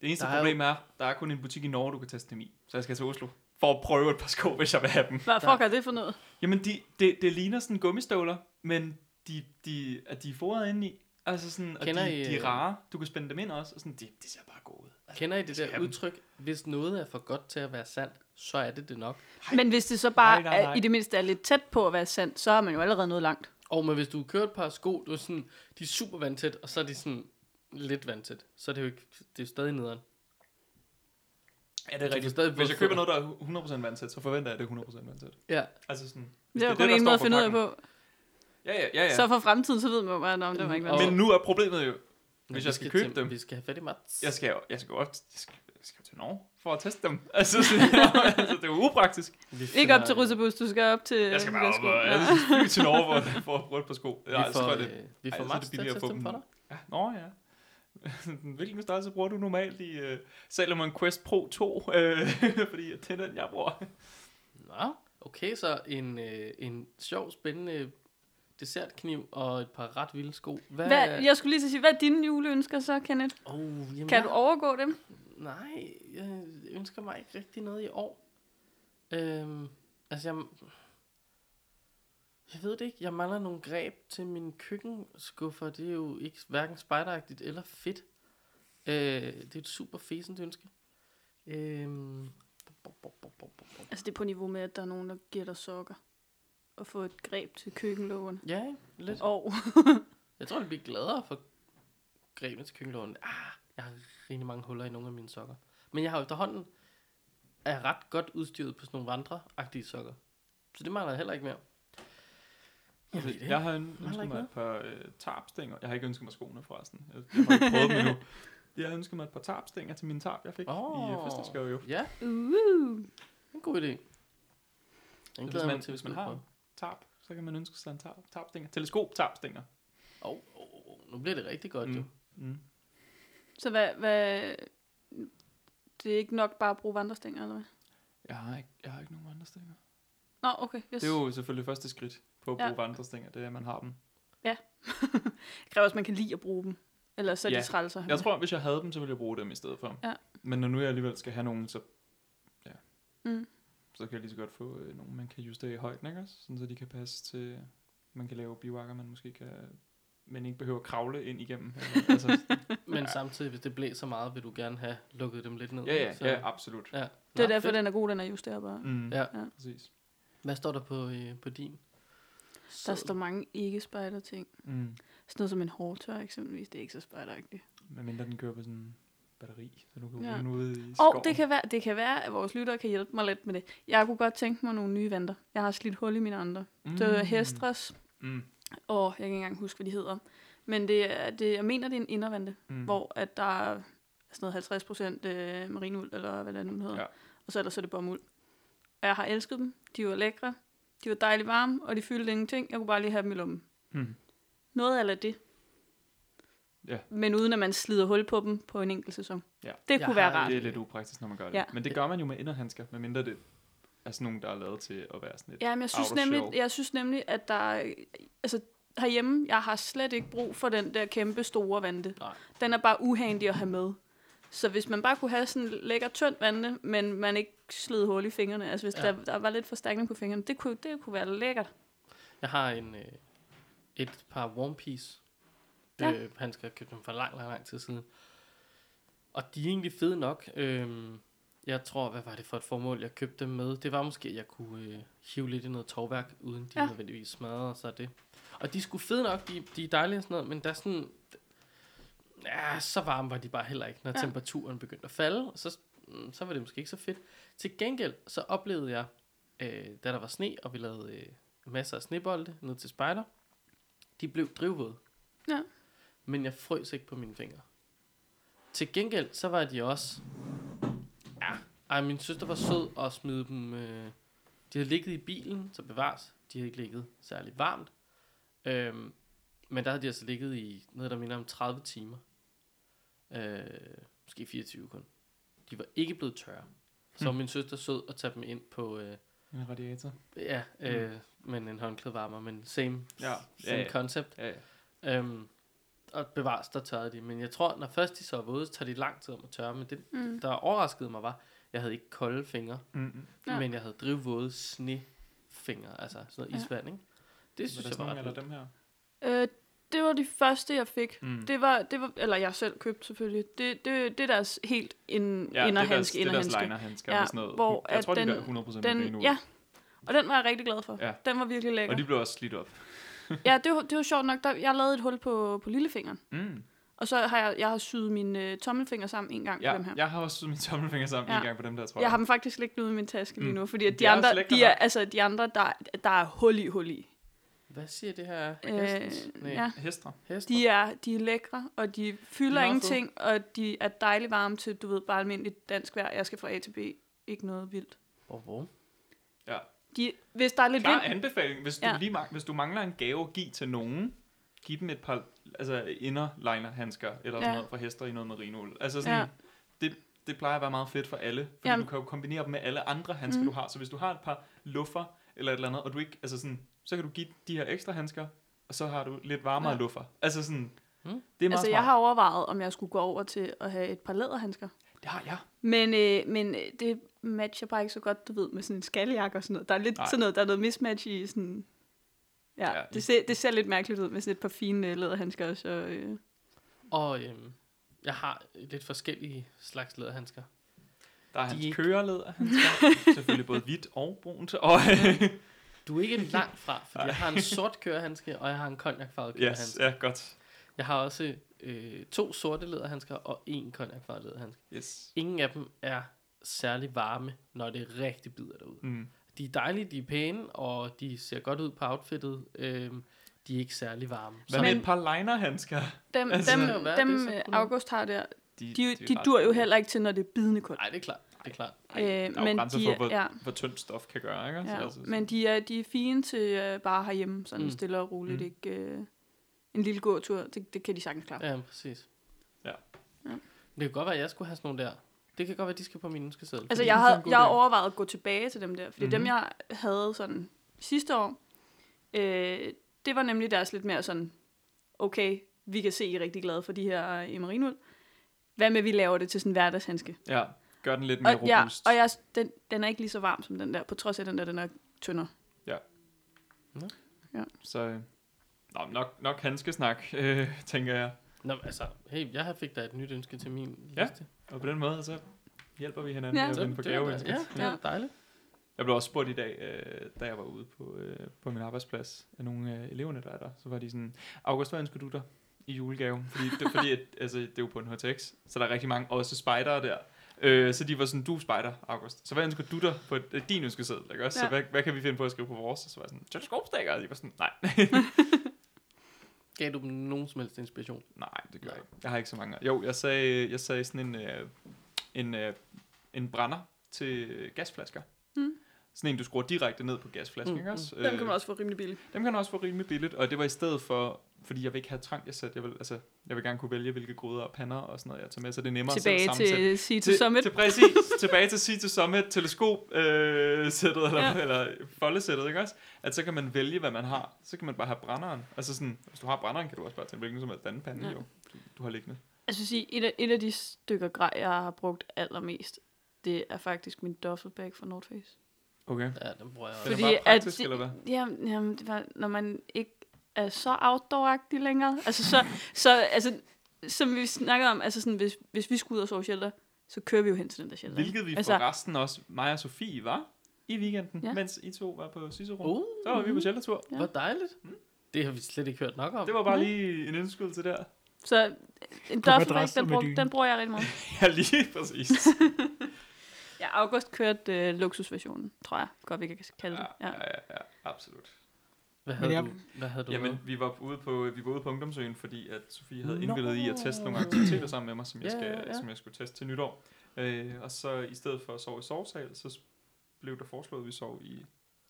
Det eneste Der er jo- problem er, der er kun en butik i Norge, du kan teste dem i. Så jeg skal til Oslo for at prøve et par sko, hvis jeg vil have dem. Hvad fuck er det for noget? Jamen, de, det, det ligner sådan gummistøvler, men de, de, at de er foret indeni. Altså sådan, og de, Kender I, de, er øh, rare. Du kan spænde dem ind også, og sådan, det, det ser bare godt ud. Altså, Kender I det skal der have dem. udtryk, hvis noget er for godt til at være sandt, så er det det nok. Men hvis det så bare Nej, nej, nej. er- i det mindste er lidt tæt på at være sandt, så har man jo allerede noget langt. Og men hvis du kører et par sko, du er sådan, de er super vandtæt, og så er de sådan lidt vandtæt, så er det jo ikke, det er jo stadig nederen. Ja, det er kan rigtigt. stadig Hvis jeg både køber få- noget, der er 100% vandsat, så forventer jeg, at det er 100% vandsat. Ja, Altså sådan... hvis Det er jo det, kun der en står måde at finde ud af pakken. på. Ja, ja, Mm. ja. ja. Så for fremtiden, så ved man jo bare, om det var ikke Og- vanvittigt. Men nu er problemet jo... Hvis vi jeg skal købe til, dem. Vi skal have fat i Mats. Jeg skal jo jeg skal, jo op, jeg skal, jeg skal jo til Norge for at teste dem. Altså, sådan, altså det er jo upraktisk. Vi Ikke op finder- til Russebus, du skal op til... Jeg skal øh, bare op Værsgo. og altså, fly til Norge for, for at prøve et par sko. Vi Ja, altså, tror får, jeg, det, øh, vi Ej, så får er det Mats til at billigere at teste få dem for dem. dig. Ja, nå ja. Hvilken størrelse bruger du normalt i øh, uh, Salomon Quest Pro 2? Uh, fordi det er den, jeg bruger. Nå, Okay, så en, øh, en sjov, spændende dessertkniv og et par ret vilde sko. Hvad? Hvad, jeg skulle lige til at sige, hvad er dine juleønsker så, Kenneth? oh, jamen, Kan jeg- du overgå dem? Nej, jeg ønsker mig ikke rigtig noget i år. Øhm, altså, jeg... Jeg ved det ikke. Jeg mangler nogle greb til min køkkenskuffer. Det er jo ikke hverken spejderagtigt eller fedt. Øh, det er et super fæsent ønske. Øhm, Altså, det er på niveau med, at der er nogen, der giver dig sokker. Og få et greb til køkkenlågerne. ja, ikke? lidt. Og Jeg tror, jeg bliver gladere for grebene til køkkenlågen. Ah, jeg har rigtig mange huller i nogle af mine sokker. Men jeg har jo efterhånden er jeg ret godt udstyret på sådan nogle vandreagtige sokker. Så det mangler jeg heller ikke mere. Jeg Altså, ved det jeg ikke. har en- Mangler ønsket ikke mig et par øh, tarpstænger. Jeg har ikke ønsket mig skoene forresten. Jeg, jeg har ikke prøvet dem endnu. Jeg har ønsket mig et par tarpstænger til min tarp, jeg fik oh. i øh, Åh. fødselsdagsgave jo. Ja, uh, en god idé. Den Hvis glæder man, man til, hvis man har tarp, så kan man ønske sig en tarp, tarpstænger. Teleskop tarpstænger. Oh, oh, oh, nu bliver det rigtig godt, mm. jo. Mm. Mm. så hvad, hvad... Det er ikke nok bare at bruge vandrestænger, eller hvad? Jeg, har ikke, jeg har ikke nogen andre stænger. Nå, okay. Yes. Det er jo selvfølgelig første skridt på at Ja. bruge ja. vandrestænger, det er, at man har dem. Det kræver også, at man kan lide at bruge dem. Eller så er de Ja. trælser. Jeg tror, hvis jeg havde dem, så ville jeg bruge dem i stedet for. Ja. Men når nu jeg alligevel skal have nogen, så, ja, Mm. så kan jeg lige så godt få øh, nogen, man kan justere i højden, ikke også? Sådan, så de kan passe til, man kan lave bivakker, man måske kan, men ikke behøver at kravle ind igennem. Eller, altså, Men samtidig, hvis det blæser meget, vil du gerne have lukket dem lidt ned. ja, ja, så- ja, absolut. ja. Det Nå, er derfor, fedt. den er god, den er justerbar. Mm. Mm, Ja. Præcis. Hvad står der på, øh, på din? Der står mange ikke-spider-ting. Mm. Sådan noget som en hårdtør eksempelvis, det er ikke så spejderagtigt. Men mindre den kører på sådan en batteri, så du kan Ja. ja. ude i skoven. Og det kan, være, det kan være, at vores lyttere kan hjælpe mig lidt med det. Jeg kunne godt tænke mig nogle nye vanter. Jeg har slidt hul i mine andre. Mm. Det er Hestras, Mm. og jeg kan ikke engang huske, hvad de hedder. Men det er, det, jeg mener, det er en indervante, Mm. mm. hvor at der er sådan noget 50 procent øh, marinuld, eller hvad det nu hedder. Ja. Ja. Og så ellers er det bomuld. Og jeg har elsket dem. De var lækre. De var dejligt varme, og de fyldte ingenting. Jeg kunne bare lige have dem i lommen. Mm. Noget af det. Ja. Men uden at man slider hul på dem på en enkelt sæson. Ja. Det Jeg kunne være har rart. Det er lidt upraktisk, når man gør det. Ja. Ja. Men det gør man jo med inderhandsker, medmindre det er sådan nogle, der er lavet til at være sådan lidt. Ja, men jeg synes, out of nemlig, show. jeg synes nemlig, at der... er- Altså, herhjemme, jeg har slet ikke brug for den der kæmpe store vante. Nej. Den er bare uhandig at have med. Så hvis man bare kunne have sådan en lækker tynd vante, men man ikke slid hul i fingrene, altså hvis Ja. ja. der, der var lidt forstærkning på fingrene, det kunne, det kunne være lækkert. Jeg har en, øh, et par One Piece. Ja. Ja. Øh, han skal købe dem for lang, lang, lang tid siden. Og de er egentlig fede nok. Øh, jeg tror, hvad var det for et formål, jeg købte dem med? Det var måske, at jeg kunne øh, hive lidt i noget tovværk, uden de ja. Ja. nødvendigvis smadrede og så det. Og de skulle fede nok, de, de er dejlige og sådan noget, men der er sådan... Ja, så varme var de bare heller ikke, når ja. Ja. temperaturen begyndte at falde. Og så, mm, så var det måske ikke så fedt. Til gengæld, så oplevede jeg, øh, da der var sne, og vi lavede øh, masser af snebolde ned til spejder, de blev drivvåde. Ja. Men jeg frøs ikke på mine fingre. Til gengæld, så var de også... Ja, ej, min søster var sød og smide dem... Øh, de havde ligget i bilen, så bevares. De havde ikke ligget særlig varmt. Øhm, men der havde de altså ligget i noget, der minder om 30 timer. Øh, måske 24 kun. De var ikke blevet tørre. Så Hmm. min søster sød at tage dem ind på... Øh, En radiator. ja, øh, men en håndklædevarmer, men same, Ja, Mm. ja, same ja. concept. Ja, ja. Øhm, og bevares, der tørrede de. Men jeg tror, når først de så er våde, så tager de lang tid om at tørre. Men det, Mm. der overraskede mig, var, jeg havde ikke kolde fingre, Mm-hmm. Ja. ja. men jeg havde drivvåde snefingre, altså sådan Ja. noget isvand, ikke? Det synes jeg var var ret eller vildt. dem her. Øh, det var de første, jeg fik. Mm. Det var, det var, eller jeg selv købte selvfølgelig. Det, det, det er deres helt ind, ja, det er deres, inderhandske, det er deres inderhandske. linerhandsker. Ja, Ja, sådan noget. hvor jeg at tror, de den- der er 100% den, nu. Den, ja, og den var jeg rigtig glad for. Ja. Den var virkelig lækker. Og de blev også slidt op. Ja, det var, det var sjovt nok. Der, jeg lavede et hul på, på lillefingeren. Mm. Og så har jeg, jeg har syet min øh, tommelfinger sammen en gang på dem Ja, her. jeg har også syet mine tommelfinger sammen Ja. en gang på dem der, tror jeg. Jeg har dem faktisk liggende ude i min taske lige Mm. nu, fordi at de, Det er også andre, lækkert de er, nok. altså, de andre der, der er hul i, hul i. Hvad siger det her? Øh, Hestens? Nej, ja. Hestre. hester? De er, de er lækre, og de fylder meget ingenting, og de er dejligt varme til, du ved, bare almindeligt dansk vejr. Jeg skal fra A til B. Ikke noget vildt. Hvor, hvor? De, hvis der er lidt Klar vind... anbefaling. Hvis du, Ja. lige mag- hvis du mangler en gave at give til nogen, giv dem et par altså inner linerhandsker eller sådan Ja. noget fra hester i noget marinul. Altså sådan, Ja. det, det plejer at være meget fedt for alle, fordi Jamen. Jamen. du kan jo kombinere dem med alle andre handsker, Mhm. mm. du har. Så hvis du har et par luffer eller et eller andet, og du ikke, altså sådan, så kan du give de her ekstra handsker, og så har du lidt varmere Ja. ja. luffer. Altså sådan, Mm. mm. det er meget Altså, smart. jeg har overvejet, om jeg skulle gå over til at have et par læderhandsker. Det har jeg. Men, øh, men øh, det matcher bare ikke så godt, du ved, med sådan en skaljakke og sådan noget. Der er lidt Nej. sådan noget, der er noget mismatch i sådan... Ja, Ja, det, ser, det ser lidt mærkeligt ud med sådan et par fine øh, læderhandsker også. Og, øh. Og øhm, jeg har lidt forskellige slags læderhandsker. Der er De er hans ikke- køreleder, handsker. selvfølgelig både hvidt og brunt. Og, Du er ikke langt fra, fordi jeg har en sort kørehandske, og jeg har en konjakfarvet yes, kørehandske. ja, godt. Jeg har også øh, to sorte læderhandsker og en konjakfarvet læderhandske. Yes. Ingen af dem er særlig varme, når det rigtig bider derude. Mm. De er dejlige, de er pæne, og de ser godt ud på outfittet. Øhm, de er ikke særlig varme. Hvad med et par linerhandsker? Dem, Altså- altså, dem, Det kan jo være, det er dem så øh, problemet. August har der, de, er de ret- dur jo heller ikke til, når det er bidende koldt. Øh, Nej, det er klart. Det er klart. Ej, der er jo grænser for, hvor- ja, Hvor tyndt stof kan gøre, ikke? ja, altså, men de er, de er fine til øh, bare herhjemme, sådan Mm. mm. stille og roligt. Mm. Mm. Ikke, øh, en lille gåtur, det, det kan de sagtens klare. Ja. Ja, præcis. Ja. Ja. Det kan godt være, at jeg skulle have sådan nogle der. Det kan godt være, at de skal på min ønskeseddel. Altså, fordi jeg det er havde en god jeg idé. havde overvejet at gå tilbage til dem der, fordi mm. dem, Mhm. jeg havde sådan sidste år, øh, det var nemlig deres lidt mere sådan, okay, vi kan se, I er rigtig glade for de her øh, i marinul. Hvad med, vi laver det til sådan en hverdagshandske? Ja, gør den lidt mere Og, ja, robust. og jeg, den, den er ikke lige så varm som den der, på trods af den der, den er tyndere. Så øh, nå, nok, nok handskesnak, øh, tænker jeg. Nå, men altså, hey, jeg fik da et nyt ønske til min Ja. liste. Og på den måde, så hjælper vi hinanden Ja. ja. med Så, at vinde på det var da- gaveønsker. ja, det Ja. er dejligt. Jeg blev også spurgt i dag, øh, da jeg var ude på, øh, på min arbejdsplads, af nogle af eleverne, der er der. Så var de sådan, August, hvad ønsker du dig i julegave? Fordi, det, fordi at, altså, det er jo på en HTX, så der er rigtig mange også spejdere der. Øh, så de var sådan, du er spejder, August. Så hvad ønsker du dig på øh, din ønskeseddel? Ikke? også? Ja. Så hvad, hvad, kan vi finde på at skrive på vores? Så var jeg sådan, teleskopstikker. Og de var sådan, nej, Gav du dem nogen som helst inspiration? Nej, det gør jeg Nej. ikke. Jeg har ikke så mange. Jo, jeg sagde, jeg sagde sådan en, øh, en, øh, en brænder til gasflasker. Mm. Sådan en, du skruer direkte ned på Mm, gasflasken, mm, ikke mm. også? Den kan man også få rimelig billigt. dem kan man også få rimelig billigt, og det var i stedet for, fordi jeg vil ikke have trang, jeg satte, jeg vil, altså, jeg vil gerne kunne vælge, hvilke gryder og pander og sådan noget, jeg tager med, så det er nemmere Tilbage selv at sammensætte. til Sea to Summit. Til, præcis, tilbage til Sea to Summit, teleskop-sættet, øh, sættet, eller, Ja. ja. eller foldesættet, ikke også? At så kan man vælge, hvad man har. Så kan man bare have brænderen. Altså sådan, hvis du har brænderen, kan du også bare tage en hvilken som helst anden pande, Ja. ja. jo, du, du har liggende. Jeg synes, et af, et af de stykker grej, jeg har brugt allermest, det er faktisk min duffelbag fra North Face. Okay. Ja, den bruger jeg Den også. Fordi Fordi er bare at praktisk, det- eller hvad? Jamen, jamen det var, når man ikke er så outdoor-agtig længere. Altså, så, så altså, som vi snakkede om, altså sådan, hvis, hvis vi skulle ud og sove shelter, så kører vi jo hen til den der shelter. ikke? Hvilket vi altså, altså, forresten også, mig og Sofie var i weekenden, Ja. Oh. ja. mens I to var på Cicero. Uh, Der var vi på sheltertur. Ja. hvor dejligt. Det har vi slet ikke hørt nok om. Mm. Det var bare Nej. lige en indskydelse der. Så en På duffelbag, madrassen den, med brug, dyne. den bruger jeg rigtig meget. Ja, lige præcis. Ja, August kørte øh, luksusversionen, tror jeg. Godt, vi kan kalde det. ja, Ja. ja, ja, absolut. Hvad havde, Men du, jeg- hvad havde du med? Jamen, vi var ude på, vi var ude på Ungdomsøen, fordi at Sofie havde Nå. indvildet i at teste nogle aktiviteter sammen med mig, som jeg, Ja, skal, ja, ja. Som jeg skulle teste til nytår. Øh, og så i stedet for at sove i sovesal, så s- blev der foreslået, at vi sov i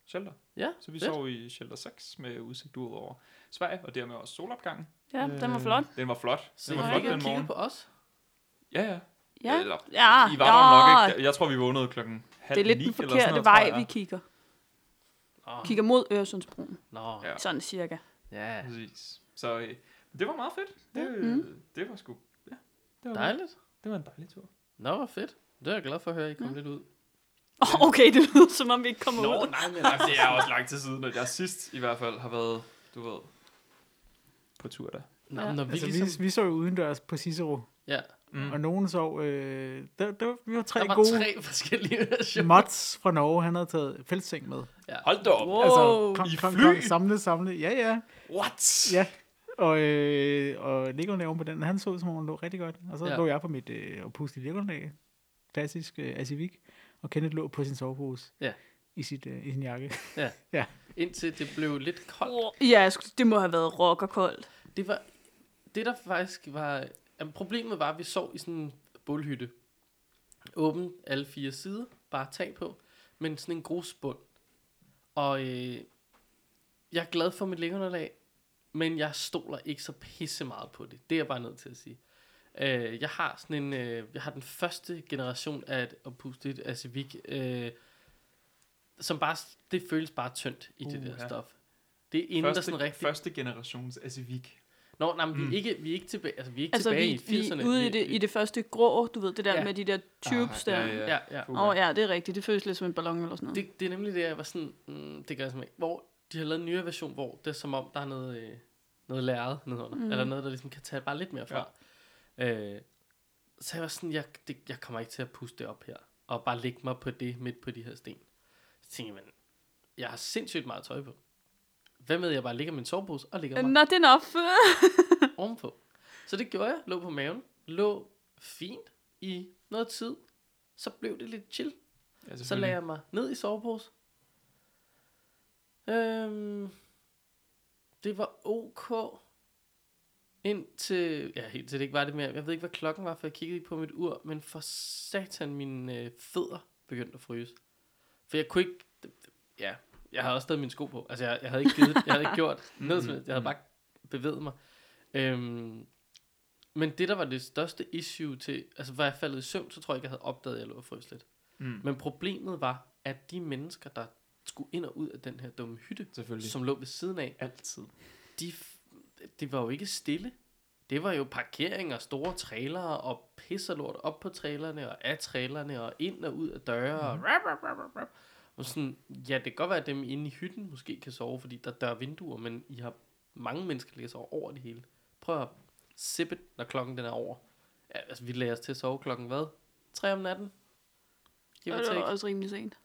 shelter. Ja, Så vi fedt. sov i shelter 6 med udsigt ud over Sverige, og dermed også solopgangen. ja, den var Øh, flot. Den var flot. Se, Den du var Nå, flot ikke jeg den kigge morgen. på os. Ja, ja. Ja, Eller, Ja, Øh, I var der ja. nok ikke. Jeg tror, vi vågnede klokken halv det er lidt ni den eller sådan forkerte noget, vej, tror vi jeg. kigger. Nå, Kigger mod Øresundsbroen, Nå. Ja. sådan cirka. ja. Præcis. Så øh, det var meget fedt. Det, Ja. mm. det var sgu... Ja, det var, Dejligt. det var en dejlig tur. Nå, hvor fedt. Det er jeg glad for at høre, I kom lidt ud. Oh, okay, det lyder som om vi ikke kommer Nå, ud. nej, men Jamen, det er også lang tid siden, at jeg sidst i hvert fald har været, du ved, på tur der. Nå, Ja. men når vi Altså, ligesom... vi, vi sov jo udendørs på Cicero, Ja, mm. og nogen sov... Øh, der, der, vi var tre der var gode... tre forskellige versioner. Mats fra Norge, han havde taget feltseng med. Altså, Ja. Hold da op. Wow. kom, Altså, I kom, fly? kom, samle, samle. Ja, ja. What? Ja. Og, øh, og Legoland oven på den, han så ud, som om han lå rigtig godt. Og så Ja. ja. lå jeg på mit øh, og pustede Legoland. Klassisk øh, Asivik. Og Kenneth lå på sin sovepose. Ja. I, sit, øh, i sin jakke. Indtil det blev lidt koldt. Ja, jeg skulle- det må have været rockerkoldt. Det var... Det der faktisk var... Jamen, problemet var, at vi sov i sådan en bålhytte. Åben alle fire sider. Bare tag på. Men sådan en grusbund. Og øh, jeg er glad for mit lægeunderlag. Men jeg stoler ikke så pisse meget på det. Det er jeg bare nødt til at sige. Øh, jeg har sådan en, øh, jeg har den første generation af et opustet af Civic, øh, som bare, s- det føles bare tyndt i det der Uha. stof. Det er inden der sådan rigtig... første generations Asivik. Nå, nej, men vi, Mm. er ikke, vi er ikke tilbage, altså, vi er ikke Altså, tilbage vi, i vi 80'erne. er ude i det, i det første grå, du ved, det der Ja. ja. med de der tubes der. Åh ja, ja. Ja, ja. Puha. Oh, ja, det er rigtigt. Det føles lidt som en ballon eller sådan noget. Det, det er nemlig det, jeg var sådan, mm, det gør jeg simpelthen ikke. Hvor de har lavet en nyere version, hvor det er som om, der er noget, øh, noget læret nedenunder, mm. Mhm. eller noget, der ligesom kan tage bare lidt mere fra. Ja. Øh, så jeg var sådan, jeg, det, jeg kommer ikke til at puste det op her, og bare lægge mig på det midt på de her sten. Så tænkte jeg, men jeg har sindssygt meget tøj på. Hvad med, at jeg bare ligger min sovepose og ligger mig Øh, Not enough. ovenpå. Så det gjorde jeg. Lå på maven. Lå fint i noget tid. Så blev det lidt chill. Ja, Så lagde jeg mig ned i sovepose. Øhm, det var ok. Indtil, ja, helt til det ikke var det mere. Jeg ved ikke, hvad klokken var, for jeg kiggede ikke på mit ur. Men for satan, mine øh, fødder begyndte at fryse. For jeg kunne ikke, ja, jeg havde også taget mine sko på. Altså, jeg, jeg havde ikke givet, jeg havde ikke gjort noget som helst. Jeg havde bare bevæget mig. Øhm, men det, der var det største issue til, altså, var jeg faldet i søvn, så tror jeg ikke, jeg havde opdaget, at jeg lå og frøs lidt. Mm, Men problemet var, at de mennesker, der skulle ind og ud af den her dumme hytte, selvfølgelig. som lå ved siden af, altid. de, f- det var jo ikke stille. Det var jo parkering og store trailere og pis og lort op på trailerne og af trailerne og ind og ud af døre og Mhm. rap, rap, rap, rap, rap. Og sådan, ja, det kan godt være, at dem inde i hytten måske kan sove, fordi der er dør og vinduer, men I har mange mennesker, der ligger og sover over det hele. Prøv at sippe, når klokken den er over. Ja, altså, vi lagde os til at sove klokken hvad? 3 om natten? Give Og or det var take også rimelig sent.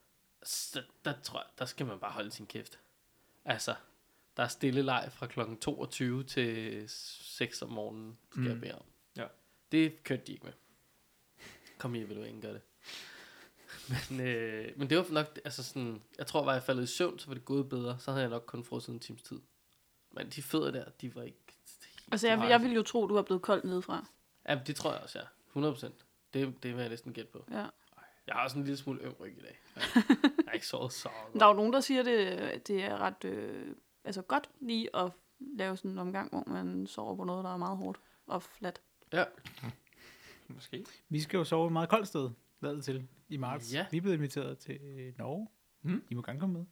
så der, tror jeg, der skal man bare holde sin kæft. Altså, der er stille leg fra kl. 22 til 6 om morgenen, skal mm. jeg Mm. bede om. Ja. Det kørte de ikke med. Kom her, vil du ikke gøre det. Men, øh, men det var nok, altså sådan, jeg tror, var jeg faldet i søvn, så var det gået bedre. Så havde jeg nok kun frosset en times tid. Men de fødder der, de var ikke... Altså, jeg, jeg ville jo tro, du var blevet kold nedefra. Ja, det tror jeg også, ja. 100%. Det, det vil jeg næsten gætte på. Ja. Jeg har også en lille smule øm ryg i dag. Jeg har ikke sovet så Der er jo nogen, der siger, det, det er ret øh, altså godt lige at lave sådan en omgang, hvor man sover på noget, der er meget hårdt og fladt. Måske. Vi skal jo sove et meget koldt sted, lader til, i marts. Ja. Vi er blevet inviteret til øh, Norge. Mm. I må gerne komme med.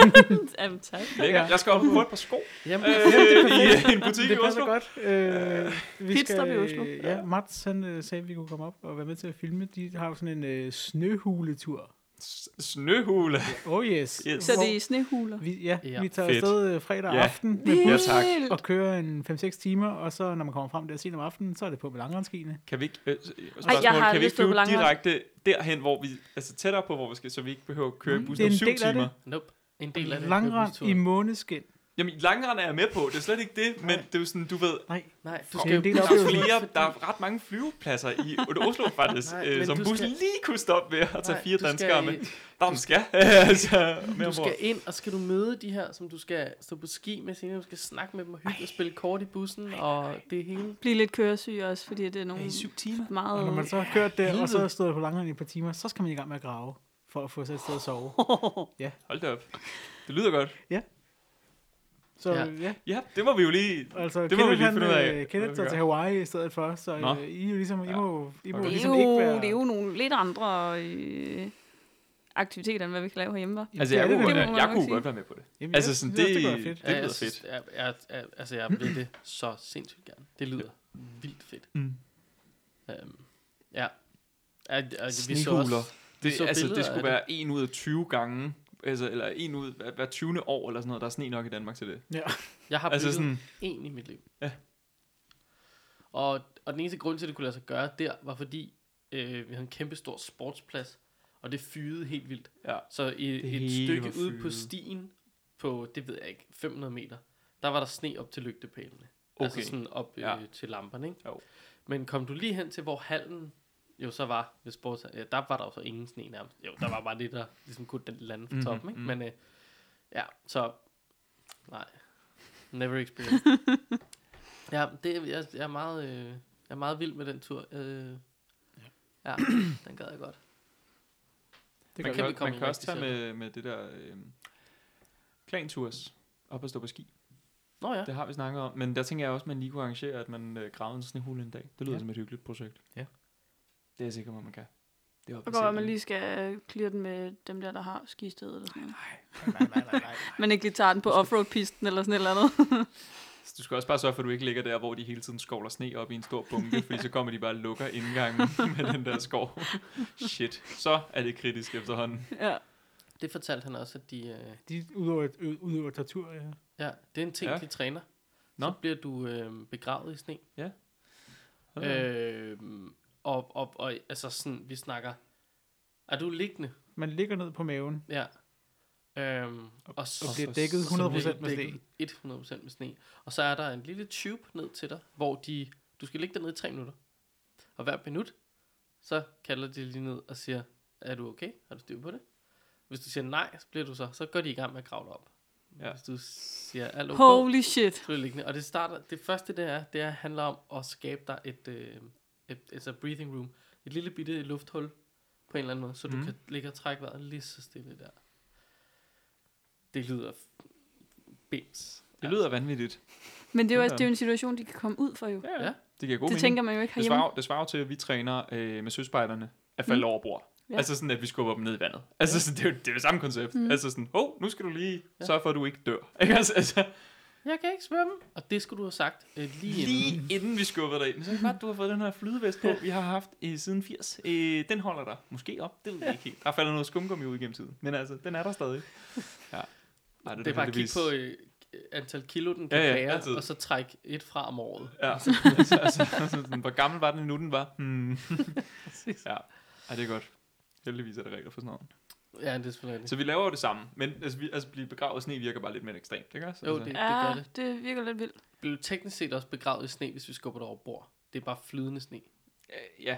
Jamen, tak. Lækkert. Ja. Jeg skal op på et par sko Jamen, altså, øh, i en butik i det passer Oslo. godt. Øh, vi Pitstop i Oslo. Ja, Mats han øh, sagde, at vi kunne komme op og være med til at filme. De har jo sådan en øh, snøhuletur. S- Snøhule. Oh yes. Yes. Så Hvor det er snehuler. Vi, ja, Ja. vi tager Fedt. afsted øh, fredag Ja. aften med Ja, bus tak. og kører en 5-6 timer, og så når man kommer frem der sent om aftenen, så er det på med langrendsskiene. Kan vi ikke, øh, s- spørgsmål, har kan vi ikke lyst til at gå flyve langrend. direkte derhen, hvor vi, altså tættere på, hvor vi skal, så vi ikke behøver at køre i Mm, bussen det er om en syv del af timer? Nope. En del af det. Langrend kører bustur. i måneskin. Jamen, langrende er jeg med på, det er slet ikke det, men det er jo sådan, du ved, Nej, Nej, du Det er skal en jo del af der bustur, er, flere, fordi- der er ret mange flyvepladser i Oslo faktisk, Nej, Nej, men øh, som du bussen skal- lige kunne stoppe ved at tage Nej, fire du skal danskere i- med. Der er den skal. altså, med Du ombord. skal ind, og skal du møde de her, som du skal stå på ski med senere. Du skal snakke med dem og hygge og spille kort i bussen, og det hele. Blive lidt køresyg også, fordi det er nogle Ja, i syv timer. og når man meget... så har kørt der, og så Helvede. har stået på langrend i et par timer, så skal man i gang med at grave, for at få sig et sted at sove. Hold da op. Det lyder godt. Så Ja. ja, ja Ja, det må vi jo lige... altså Det må det Kenneth, vi lige han, finde ud af, øh, hvad vi Kenneth tager gør. til Hawaii i stedet for, så Nå. øh, I er jo ligesom, I Ja. må, I Okay. må Det er, ligesom ikke jo, være... det er jo nogle lidt andre øh, aktiviteter, end hvad vi kan lave herhjemme, var. Altså, jeg, det er kunne, det, godt- det må man jeg nok kunne sige. godt være med på det. Jamen, Altså, jeg sådan, synes også, det- kunne være fedt. Det lyder jeg, synes- fedt. Jeg, jeg, jeg, altså, jeg vil det så sindssygt gerne. Det lyder vildt fedt. Mm. Um, ja. Ja, d- og vi så Snehuler. også, vi Det, så altså, billeder det af skulle være en ud af 20 gange, altså, eller en ud hver, hver 20. år, eller sådan noget. Der er sne nok i Danmark til det. jeg har Altså bygget sådan, en i mit liv. Ja. Og, og den eneste grund til, at det kunne lade sig gøre der, var fordi, øh, vi havde en kæmpe stor sportsplads, og det fyrede helt vildt. ja. Så i Det et hele stykke var ude på fyret. stien, på, det ved jeg ikke, 500 meter, der var der sne op til lygtepælene. Okay. Altså Okay. sådan op ja. Ja. øh, til lamperne, ikke? Jo. Men kom du lige hen til, hvor hallen jo så var ved sports, ja, der var der jo så ingen sne nærmest. Jo, der var bare det, der ligesom kunne den lande fra Mhm, toppen, ikke? mhm. Men øh, ja, så nej. Never experienced. ja, det, er- jeg, jeg, er meget, øh, jeg er meget vild med den tur. Øh, ja, den gad jeg godt. Det Man gør kan vi. vi komme man i kan også rigtig øhm, tage med, med det der øh, klantours op og stå på ski. Nå ja. Det har vi snakket om. Men der tænker jeg også, at man lige kunne arrangere, at man øh, gravede en snehule en dag. Det lyder Ja. ja. som et hyggeligt projekt. Ja. Det er jeg sikker på, man kan. Det var Og godt, at man lige skal øh, clear den med dem der, der har skistedet eller sådan noget. Nej, nej, nej, nej. Men ikke lige tager den på offroad-pisten eller sådan et eller andet. Du skal også bare sørge for, at du ikke ligger der, hvor de hele tiden skovler sne op i en stor bunke, fordi så kommer de bare og lukker indgangen med den der skov. Shit. Så er det kritisk efterhånden. ja. Det fortalte han også, at de... Øh, De udøver, ø- udøver tortur, ja. ja, det er en ting, ja. Ja. de træner. Nå. Nå. Så bliver du øh, begravet i sne. Hold da op. Øh, og, og, og, altså sådan, vi snakker... Er du liggende? Man ligger ned på maven. Ja. Øhm, og, så, Og Og bliver så- dækket så 100% med sne. dækket 100% med sne. Og så er der en lille tube ned til dig, hvor de, du skal ligge dernede i 3 minutter. Og hvert minut, så kalder de lige ned og siger, er du okay? Har du styr på det? Hvis du siger nej, så bliver du så, så går de i gang med at grave dig op. Ja. Hvis du siger alt okay, Holy shit. så bliver du liggende. Og det, starter, det første, det er, det er, handler om at skabe dig et, øh, et, altså breathing room. Et lille bitte lufthul på en eller anden måde, så du Mhm. kan ligge og trække vejret lige så stille der. Det lyder f- bims. Det lyder vanvittigt. Men det er jo, også, Sådan. det er jo en situation, de kan komme ud fra jo. Det Ja. Det giver god mening. tænker man jo ikke Det herhjemme. svarer, jo- det svarer jo til, at vi træner øh, med søspejderne at falde mm. over bord. Ja. Ja. Altså sådan, at vi skubber dem ned i vandet. Altså sådan, det er jo det, er jo det samme koncept. Mm. Altså sådan, oh, nu skal du lige Ja. sørge for, at du ikke dør. Ikke? Altså, altså, Jeg kan ikke svømme. Og det skulle du have sagt øh, lige, lige. lige inden vi skubber dig ind. Så er det godt, du har fået den her flydevest på, vi har haft øh, siden 80. Øh, den holder dig måske op, det ved jeg ikke helt. Der falder noget skumgummi ud igennem tiden. Men altså, den er der stadig. Ja. Ej, Det er bare at kigge heldigvis- på øh, antal kilo, den kan Ja, ja, bære, altid. og så trække et fra om året. Ja, altså, altså, altså, sådan, hvor gammel var den nu, den var? Hmm. ja, Ej, det er godt. Heldigvis er der regler for sådan noget. Ja, det er selvfølgelig rigtigt. Så vi laver jo det samme, men altså, vi, altså blive begravet i sne virker bare lidt mere ekstremt, ikke også? Jo, altså, det Ja, gør det. det virker lidt vildt. Bliver du teknisk set også begravet i sne, hvis vi skubber dig over bord. Det er bare flydende sne. Øh, Ja,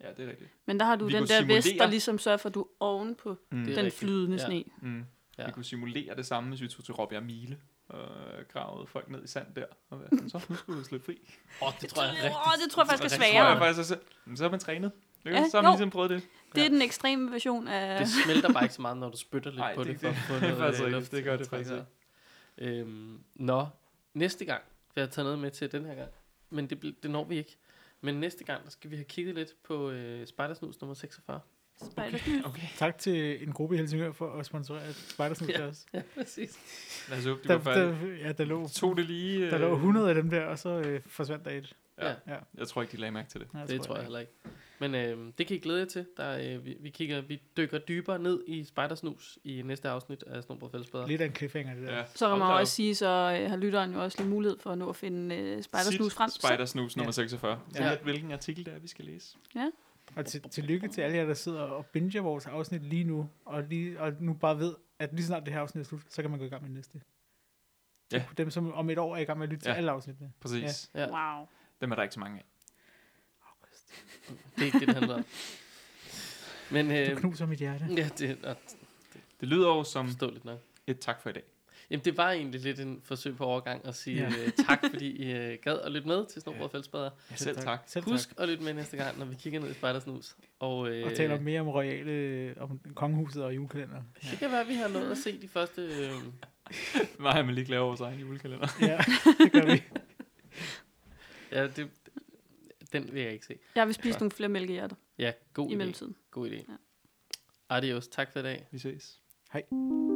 ja, det er rigtigt. Men der har du Vi den kunne der vest, der simulere- ligesom sørger for, at du er oven på Mm. Det er den rigtigt. flydende Ja. sne. Mm. Ja. Ja. Vi kunne simulere det samme, hvis vi tog til Råbjerg Mile og øh, gravede folk ned i sand der. Og hvad? så nu skulle vi slippe fri. Åh, oh, det tror jeg er rigtigt. Åh, det tror jeg faktisk er Det tror Tror jeg sværere. faktisk, så, men så har man trænet. Ikke? Ja, Ja, så har man jo. ligesom prøvet det. Det er den ekstreme version af... Det smelter bare ikke så meget, når du spytter lidt Nej, på det. det- for at det- få det noget, passer øh, ikke. luft Det gør det til at faktisk trække vejret. Øhm, nå, næste gang, for jeg har taget noget med til den her gang, men det, bl- det når vi ikke. Men næste gang, der skal vi have kigget lidt på øh, Spejdersnus nummer 46. Spider. Okay. Tak til en gruppe i Helsingør for at sponsorere Spejdersnit Ja. til os. Ja, præcis. Lad os håbe, det Der, var færdigt. der, ja, der lå, Tog det lige... der øh, lå 100 af dem der, og så øh, forsvandt der et. Ja. Ja. Ja. Jeg tror ikke, de lagde mærke til det. Nej, Det tror jeg ikke. heller ikke. Men øh, det kan I glæde jer til. Der, øh, vi, vi, kigger, vi dykker dybere ned i Spejdersnus i næste afsnit af Snobrød Fællesbæder. Lidt af en cliffhanger, det der. Ja. Så kan Hold man da jo op. også sige, så øh, har lytteren jo også lige mulighed for at nå at finde øh, spidersnus Sit frem. Så- Spidersnus nummer 46. Ja. Ja. Lidt, hvilken artikel det er, vi skal læse. Og til, tillykke til alle jer, der sidder og binger vores afsnit lige nu, og, lige, og nu bare ved, at lige snart det her afsnit er slut, så kan man gå i gang med det næste. Ja. Dem, som om et år er i gang med at lytte ja. Ja. til alle afsnittene. Præcis. Ja. Ja, Wow. Dem er der ikke så mange af. det er ikke det, det handler om. Men Du øh, knuser mit hjerte. mm, ja, det er Det lyder jo som forståeligt nok. et tak for i dag. Jamen, det var egentlig lidt en forsøg på overgang at sige Ja. ja. øh, tak, fordi I øh, gad at lytte med til Snobrød Fællesbader. Ja, selv tak. Selv tak. Husk at lytte med næste gang, når vi kigger ned i Spejdersnus. Og, øh, Og taler mere om royale, øh, om kongehuset og julekalender. Det kan være, at vi har nået at se de første... Øh, Nej, man lige laver vores egen julekalender. Ja, det gør vi. ja, det, den vil jeg ikke se. Jeg vil spise nogle flere mælkehjerter Ja, god i idé. mellemtiden. God idé. Ja. Adios. Tak for i dag. Vi ses. Hej.